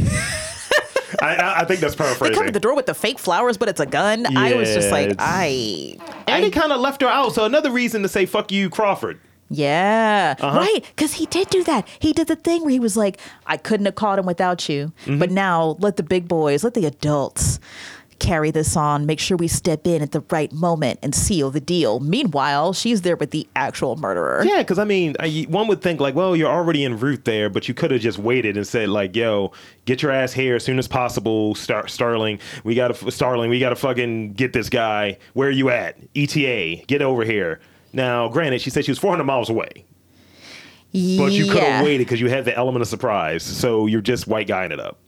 I, I think that's They come to paraphrasing. the door with the fake flowers, but it's a gun. I was just Yeah, like, it's- I, and he kind of left her out, so another reason to say "fuck you, Crawford." yeah, Uh-huh. right, because he did do that. He did the thing where he was Mm-hmm. like, I couldn't have caught him without you, but now let the big boys, let the adults carry this on, make sure we step in at the right moment and seal the deal. Meanwhile, she's there with the actual murderer. Yeah, because I mean, I, one would think like, well, you're already en route there, but you could have just waited and said like, yo, get your ass here as soon as possible, Star- Starling. We gotta, f- Starling, we gotta fucking get this guy. Where are you at? ETA, get over here. Now, granted, she said she was 400 miles away, but you could have Yeah. waited because you had the element of surprise. So you're just white guying it up.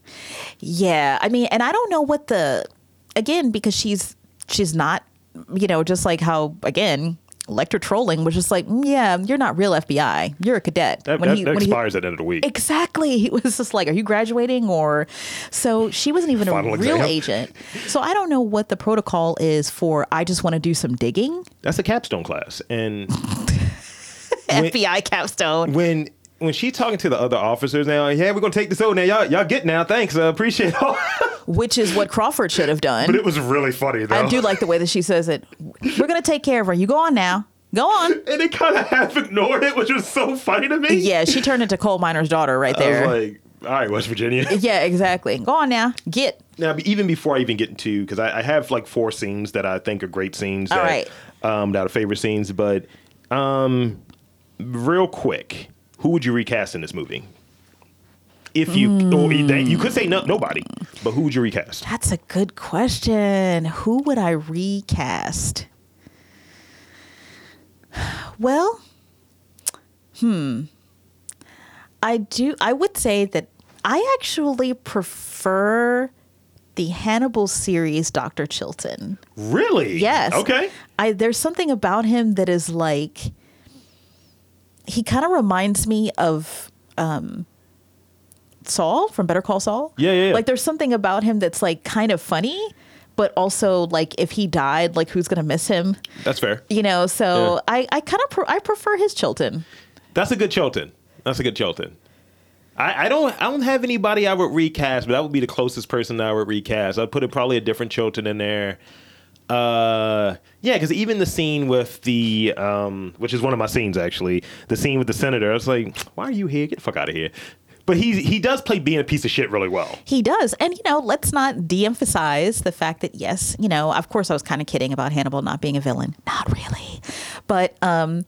Yeah, I mean, and I don't know what the again because she's she's not, you know, just like how again Lecter trolling was just like, "Mm, yeah, you're not real FBI, you're a cadet. That, that, that expires at the end of the week. Exactly. He was just like, "Are you graduating?" Or so she wasn't even Final a real exam. agent. So I don't know what the protocol is for. I just want to do some digging. That's a capstone class, and FBI capstone. When when she talking to the other officers now, yeah, we're gonna take this over now. Y'all, y'all get now. Thanks, I appreciate all. Which is what Crawford should have done. But it was really funny though. I do like the way that she says it. We're gonna take care of her. You go on now. Go on. And they kind of half ignored it, which was so funny to me. Yeah, she turned into coal miner's daughter right there. I was like, all right, West Virginia. yeah, exactly. Go on now. Get. Now, be- even before I even get into, because I, I have like four scenes that I think are great scenes, All that, right. um, that are favorite scenes. But um, real quick, who would you recast in this movie? If you, or you- you could say no, nobody, but who would you recast? That's a good question. Who would I recast? Well, hmm. I do I would say that I actually prefer the Hannibal series Dr. Chilton. Really? Yes. Okay. I there's something about him that is like he kind of reminds me of um Saul from Better Call Saul. Yeah, yeah, yeah. Like there's something about him that's like kind of funny, but also like if he died, like who's gonna miss him? That's fair. You know, so Yeah. I, I kind of pre- I prefer his Chilton. That's a good Chilton. That's a good Chilton. I, I don't I don't have anybody I would recast, but that would be the closest person that I would recast. I'd put a, probably a different Chilton in there. Uh, yeah, because even the scene with the um, which is one of my scenes actually, the scene with the senator. I was like, why are you here? Get the fuck out of here. But he he does play being a piece of shit really well. He does. And, you know, let's not de emphasize the fact that, yes, you know, of course I was kind of kidding about Hannibal not being a villain. Not really. But, um,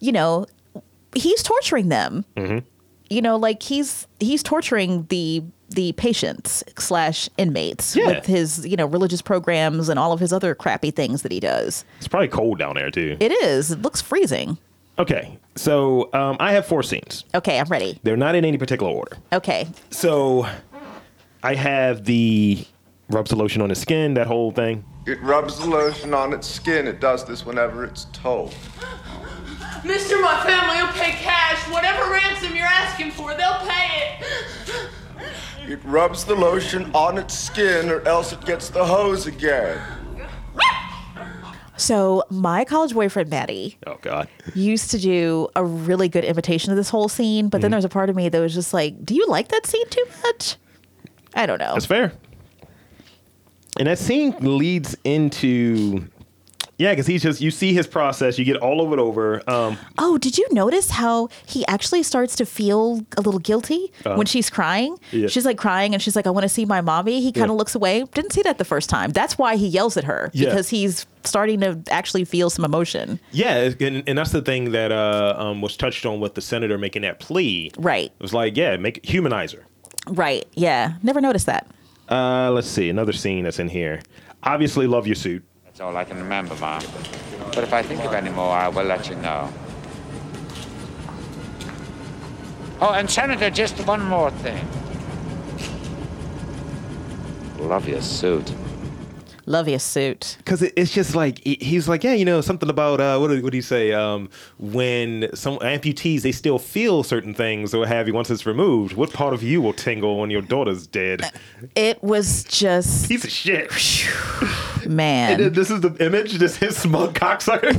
you know, he's torturing them. You know, like he's he's torturing the the patients slash inmates Yeah. with his you know religious programs and all of his other crappy things that he does. It's probably cold down there too. It is. It looks freezing. Okay, so um, I have four scenes. Okay, I'm ready. They're not in any particular order. Okay, So I have the rubs the lotion on his skin, that whole thing. It rubs the lotion on its skin. It does this whenever it's told. Mister, my family will pay cash. Whatever ransom you're asking for, they'll pay it. It rubs the lotion on its skin, or else it gets the hose again. so my college boyfriend Maddie. Oh God. used to do a really good imitation of this whole scene, Mm. but then there's a part of me that was just like, do you like that scene too much? I don't know. That's fair. And that scene leads into yeah, because he's just you see his process, you get all of it over. Um, Oh, did you notice how he actually starts to feel a little guilty Uh-huh. when she's crying? Yeah. She's like crying and she's like, I want to see my mommy. He kind of Yeah. looks away. Didn't see that the first time. That's why he yells at her Yeah. because he's starting to actually feel some emotion. yeah, and, and that's the thing that uh, um, was touched on with the senator making that plea. Right. It was like, yeah, make humanize her. Right. Yeah. Never noticed that. Uh, let's see another scene that's in here. Obviously, love your suit. That's all I can remember, Mom. But if I think of any more, I will let you know. Oh, and Senator, just one more thing. Love your suit. Love your suit. because it, it's just like he- he's like yeah you know something about uh what do, what do you say um when some amputees they still feel certain things or what have you once it's removed what part of you will tingle when your daughter's dead It was just piece of shit man. and then this is the image this is his smug cocksucker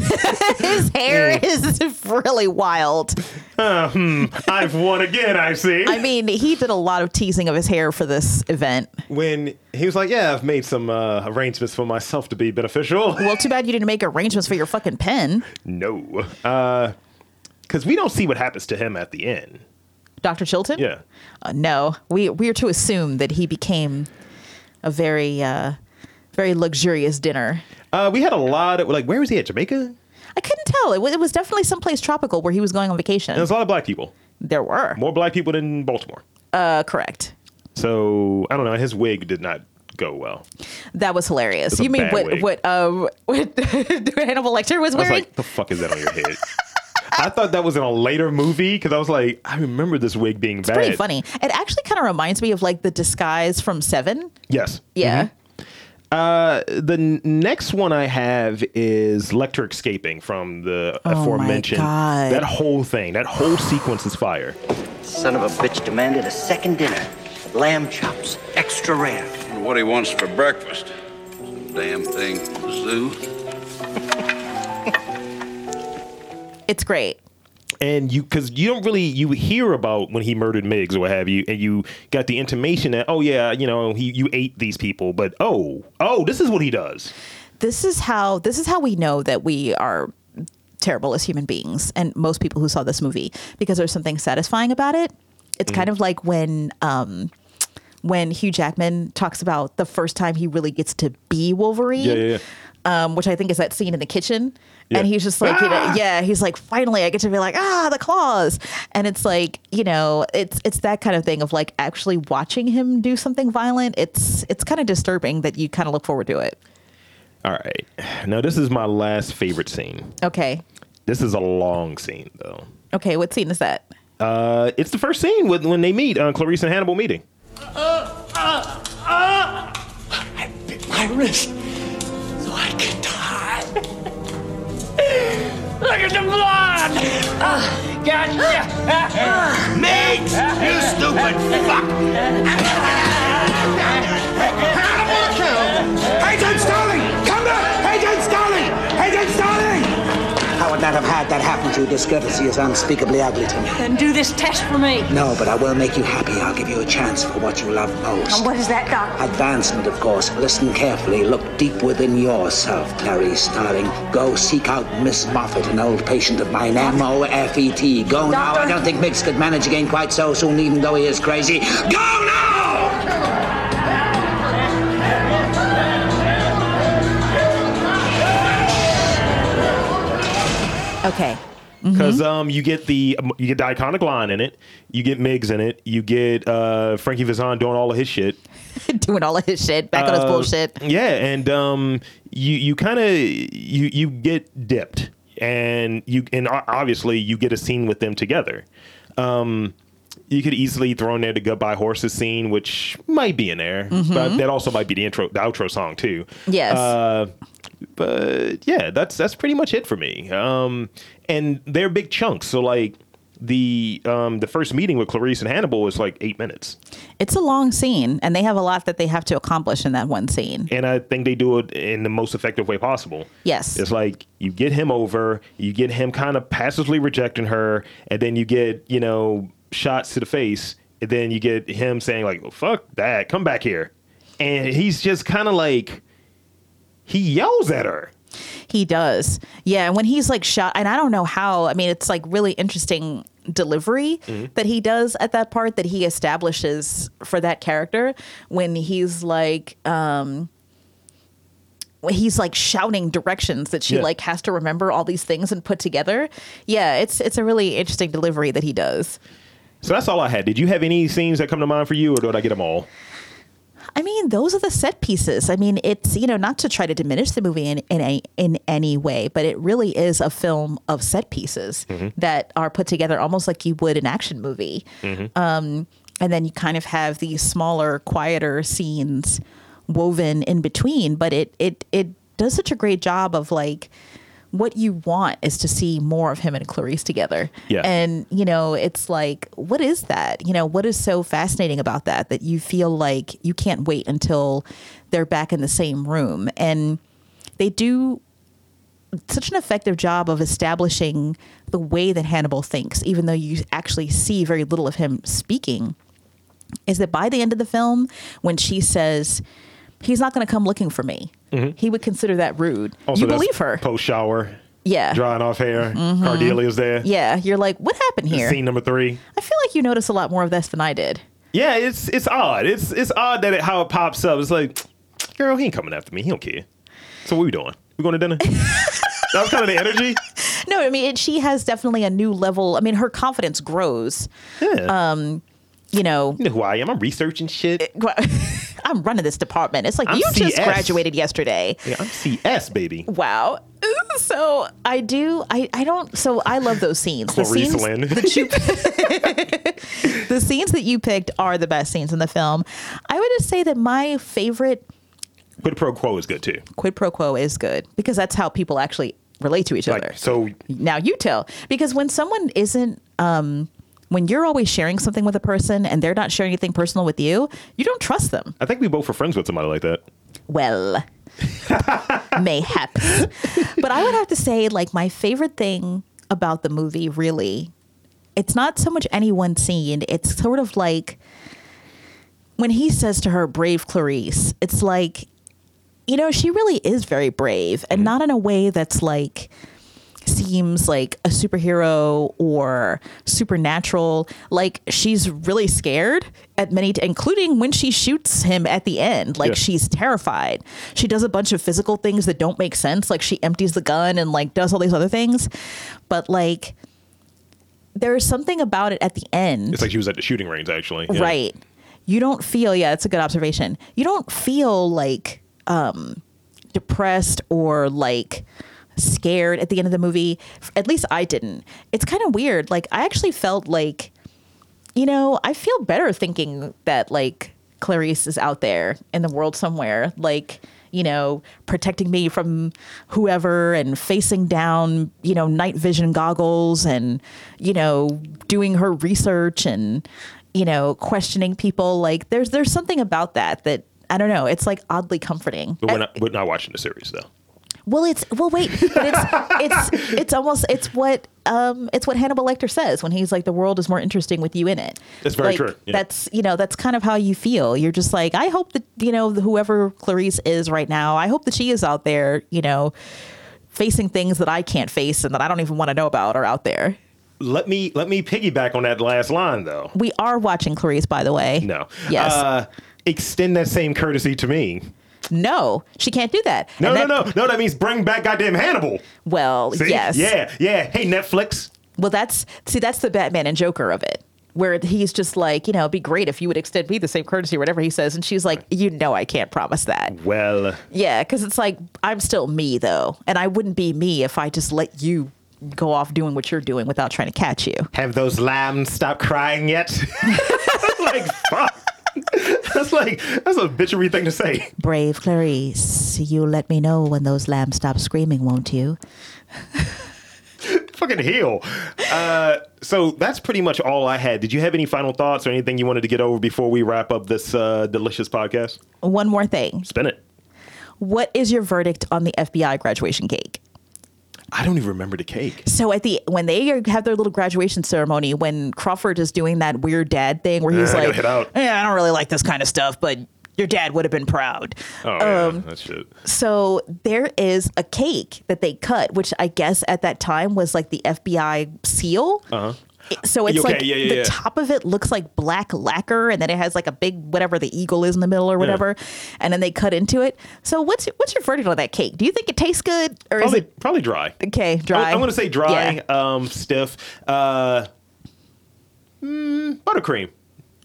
His hair is really wild. Uh, hmm, I've won again I see I mean, he did a lot of teasing of his hair for this event. when he was like yeah I've made some uh, arrangements for myself to be beneficial Well, too bad you didn't make arrangements for your fucking pen, no uh because we don't see what happens to him at the end Dr. Chilton. yeah Uh, no, we we are to assume that he became a very uh, very luxurious dinner. Uh, we had a lot of like, where was he at? Jamaica. I couldn't tell. It was, it was definitely someplace tropical where he was going on vacation. And there's a lot of black people. There were more black people than Baltimore. Uh, correct. So I don't know. His wig did not go well. That was hilarious. It's a you mean bad what wig. what um what Hannibal Lecter was I was wearing? like, the fuck is that on your head? I thought that was in a later movie because I was like, I remember this wig being bad. Pretty funny. It actually kind of reminds me of like the disguise from Mm-hmm. Seven. Yes. Mm-hmm. Yeah. Uh, the n- next one I have is Lecter escaping from the Oh my aforementioned. God. That whole thing, that whole sequence is fire. Son of a bitch demanded a second dinner. Lamb chops, extra rare. And what he wants for breakfast. Some damn thing from the zoo. It's great. And you, because you don't really, you hear about when he murdered Miggs or what have you, and you got the intimation that, oh yeah, you know, he you ate these people, but oh, oh, this is what he does. This is how this is how we know that we are terrible as human beings and most people who saw this movie because there's something satisfying about it. It's kind Mhm. of like when um when Hugh Jackman talks about the first time he really gets to be Wolverine. Yeah, yeah, yeah. Um, which I think is that scene in the kitchen. Yeah. And he's just like, you know, Ah! yeah, he's like, finally I get to be like, ah, the claws. And it's like, you know, it's it's that kind of thing of like actually watching him do something violent. It's it's kind of disturbing that you kind of look forward to it. All right. Now, this is my last favorite scene. Okay. This is a long scene, though. Okay, what scene is that? Uh, it's the first scene with, when they meet, uh, Clarice and Hannibal meeting. I bit my wrist so I could die. Look at the blood! Ah. Gotcha! Mate! You stupid fuck! Agent Starling! Come back! Agent Starling! Agent Starling! I would not have had that happen to you. Discourtesy is unspeakably ugly to me. Then do this test for me. No, but I will make you happy. I'll give you a chance for what you love most. And what is that, Doc? Advancement, of course. Listen carefully. Look deep within yourself, Clarice Starling. Go seek out Miss Moffat, an old patient of mine. M O F E T. Go now. I don't think Mix could manage again quite so soon, even though he is crazy. Go now! Okay. because um, you get the um, you get the iconic line in it, you get Miggs in it, you get uh, Frankie Vizan doing all of his shit, Doing all of his shit, back on his Uh, bullshit. Yeah, and um, you you kind of you you get dipped, and you and o- obviously you get a scene with them together. Um, you could easily throw in there the goodbye horses scene, which might be in there, but Mhm. that also might be the intro, the outro song too. Yes. Uh, but yeah, that's that's pretty much it for me. Um, and they're big chunks, so like the um the first meeting with Clarice and Hannibal was like eight minutes. It's a long scene, and they have a lot that they have to accomplish in that one scene. and I think they do it in the most effective way possible. Yes. It's like you get him over, you get him kind of passively rejecting her, and then you get, you know, shots to the face, and then you get him saying, like, "Oh, fuck that, come back here. And he's just kind of like, he yells at her. He does. Yeah, and when he's like shot, and I don't know how, I mean, it's like really interesting delivery Mhm. that he does at that part that he establishes for that character when he's like, um, when he's like shouting directions that she Yeah. like has to remember all these things and put together. Yeah, it's it's a really interesting delivery that he does. So that's all I had. Did you have any scenes that come to mind for you, or did I get them all? I mean, those are the set pieces. I mean, it's you know not to try to diminish the movie in in any, in any way, but it really is a film of set pieces Mhm. that are put together almost like you would an action movie. Um, and then you kind of have these smaller, quieter scenes woven in between. But it it it does such a great job of like what you want is to see more of him and Clarice together. Yeah. And you know, it's like, what is that? You know, what is so fascinating about that that you feel like you can't wait until they're back in the same room and they do such an effective job of establishing the way that Hannibal thinks, even though you actually see very little of him speaking, is that by the end of the film, when she says, He's not going to come looking for me, Mhm. he would consider that rude. you that's believe her. Post shower. Yeah. Drying off hair. Mhm. Cardelia's there. Yeah. You're like, What happened here? Scene number three. I feel like you notice a lot more of this than I did. Yeah, it's it's odd. It's it's odd that it, how it pops up. It's like girl, he ain't coming after me. He don't care. So what we doing? We going to dinner? that was kind of the energy. No, I mean it, she has definitely a new level. I mean her confidence grows. Yeah. Um, you know, You know who I am? I'm researching Eh. shit. I'm running this department. It's like I'm you just CS. graduated yesterday. Yeah, I'm CS baby. Wow. So I do. I I don't. So I love those scenes. The Clarice scenes, Lynn. the scenes that you picked are the best scenes in the film. I would just say that my favorite Quid pro quo is good too. quid pro quo is good because that's how people actually relate to each other. So now you tell because when someone isn't um when you're always sharing something with a person and they're not sharing anything personal with you, you don't trust them. I think we both were friends with somebody like that. Well, mayhaps. But I would have to say, like, my favorite thing about the movie, really, it's not so much any one scene. It's sort of like when he says to her, Brave Clarice, it's like, you know, she really is very brave and not in a way that's like, seems like a superhero or supernatural. Like she's really scared at many, including when she shoots him at the end. Like Yeah. she's terrified. She does a bunch of physical things that don't make sense. Like she empties the gun and like does all these other things. But like there is something about it at the end. It's like she was at the shooting range actually. Yeah. Right. You don't feel, yeah, that's a good observation. You don't feel like um, depressed or like scared at the end of the movie. F- At least I didn't. It's kind of weird. Like, I actually felt like, you know, I feel better thinking that like Clarice is out there in the world somewhere. Like, you know, protecting me from whoever and facing down, you know, night vision goggles and, you know, doing her research and, you know, questioning people. Like there's there's something about that that I don't know. It's like oddly comforting. But we're not, we're not watching the series though. Well, it's well, wait, but it's it's it's almost it's what um it's what Hannibal Lecter says when he's like the world is more interesting with you in it. That's very Like, true, yeah. That's you know that's kind of how you feel. You're just like I hope that you know whoever Clarice is right now. I hope that she is out there. You know, facing things that I can't face and that I don't even want to know about are out there. Let me let me piggyback on that last line though. We are watching Clarice, by the way. No. Yes. Uh, extend that same courtesy to me. No, she can't do that. No, And no, that- no, no. That means bring back goddamn Hannibal. Well, See? yes. Yeah, yeah. Hey, Netflix. Well, that's see, that's the Batman and Joker of it, where he's just like, you know, it'd be great if you would extend me the same courtesy, or whatever he says, and she's like, you know, I can't promise that. Mm-hmm. Well, Yeah, because it's like I'm still me though, and I wouldn't be me if I just let you go off doing what you're doing without trying to catch you. have those lambs stopped crying yet? like, fuck. That's like that's a bitchery thing to say. Brave Clarice, you'll let me know when those lambs stop screaming, won't you? Fucking heal. Uh, so that's pretty much all I had. Did you have any final thoughts or anything you wanted to get over before we wrap up this uh, delicious podcast? One more thing. Spin it. What is your verdict on the FBI graduation cake? I don't even remember the cake. So at the when they are- have their little graduation ceremony, when Crawford is doing that weird dad thing where he's Yeah, I gotta like, hit out. "Yeah, I don't really like this kind of stuff, but your dad would have been proud." Oh yeah, Um, that's shit. So there is a cake that they cut, which I guess at that time was like the FBI seal. Uh huh. So it's Okay, like yeah, yeah, the yeah. top of it looks like black lacquer, and then it has like a big whatever the eagle is in the middle or whatever, and then they cut into it. So what's what's your verdict on that cake? Do you think it tastes good or Probably, is it probably dry. okay? Dry. I, am gonna say Yeah. dry, um, stiff, uh, mm, buttercream.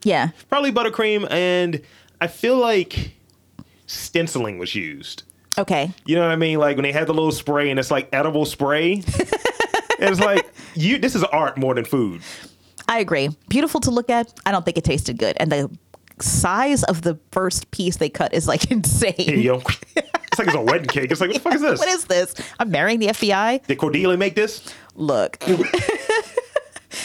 yeah. Probably buttercream, and I feel like stenciling was used. Okay. You know what I mean? Like when they had the little spray, and it's like edible spray. it's like you. This is art more than food. I agree. Beautiful to look at. I don't think it tasted good. And the size of the first piece they cut is like insane. Here you go. It's like it's a wedding cake. It's like what the fuck is this? What is this? I'm marrying the FBI? Did Cordelia make this? Look.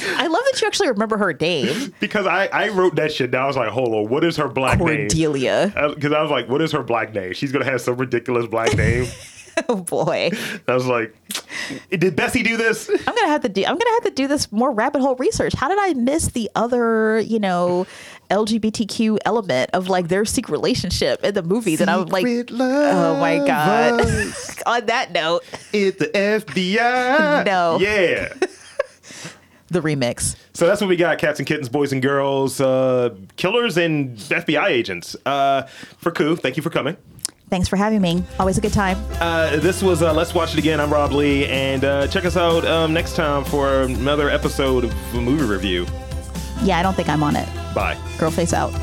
I love that you actually remember her name. Because I, I wrote that shit down. I was like, hold on, what is her black name? Cordelia. Because I was like, what is her black name? She's going to have some ridiculous black name. oh, boy. I was like, did Bessie do this? I'm gonna have to do. I'm gonna have to do this more rabbit hole research. How did I miss the other, you know, LGBTQ element of like their secret relationship in the movie that I'm like, oh my god. On that note, it's the FBI. No, Yeah. the remix. So that's what we got, cats and kittens, boys and girls, uh, killers and FBI agents. Uh, for Koo, thank you for coming. Thanks for having me. Always a good time. Uh, this was uh, Let's Watch It Again. I'm Rob Lee, and uh, check us out um, next time for another episode of a movie review. Yeah, I don't think I'm on it. Bye. Girl face out.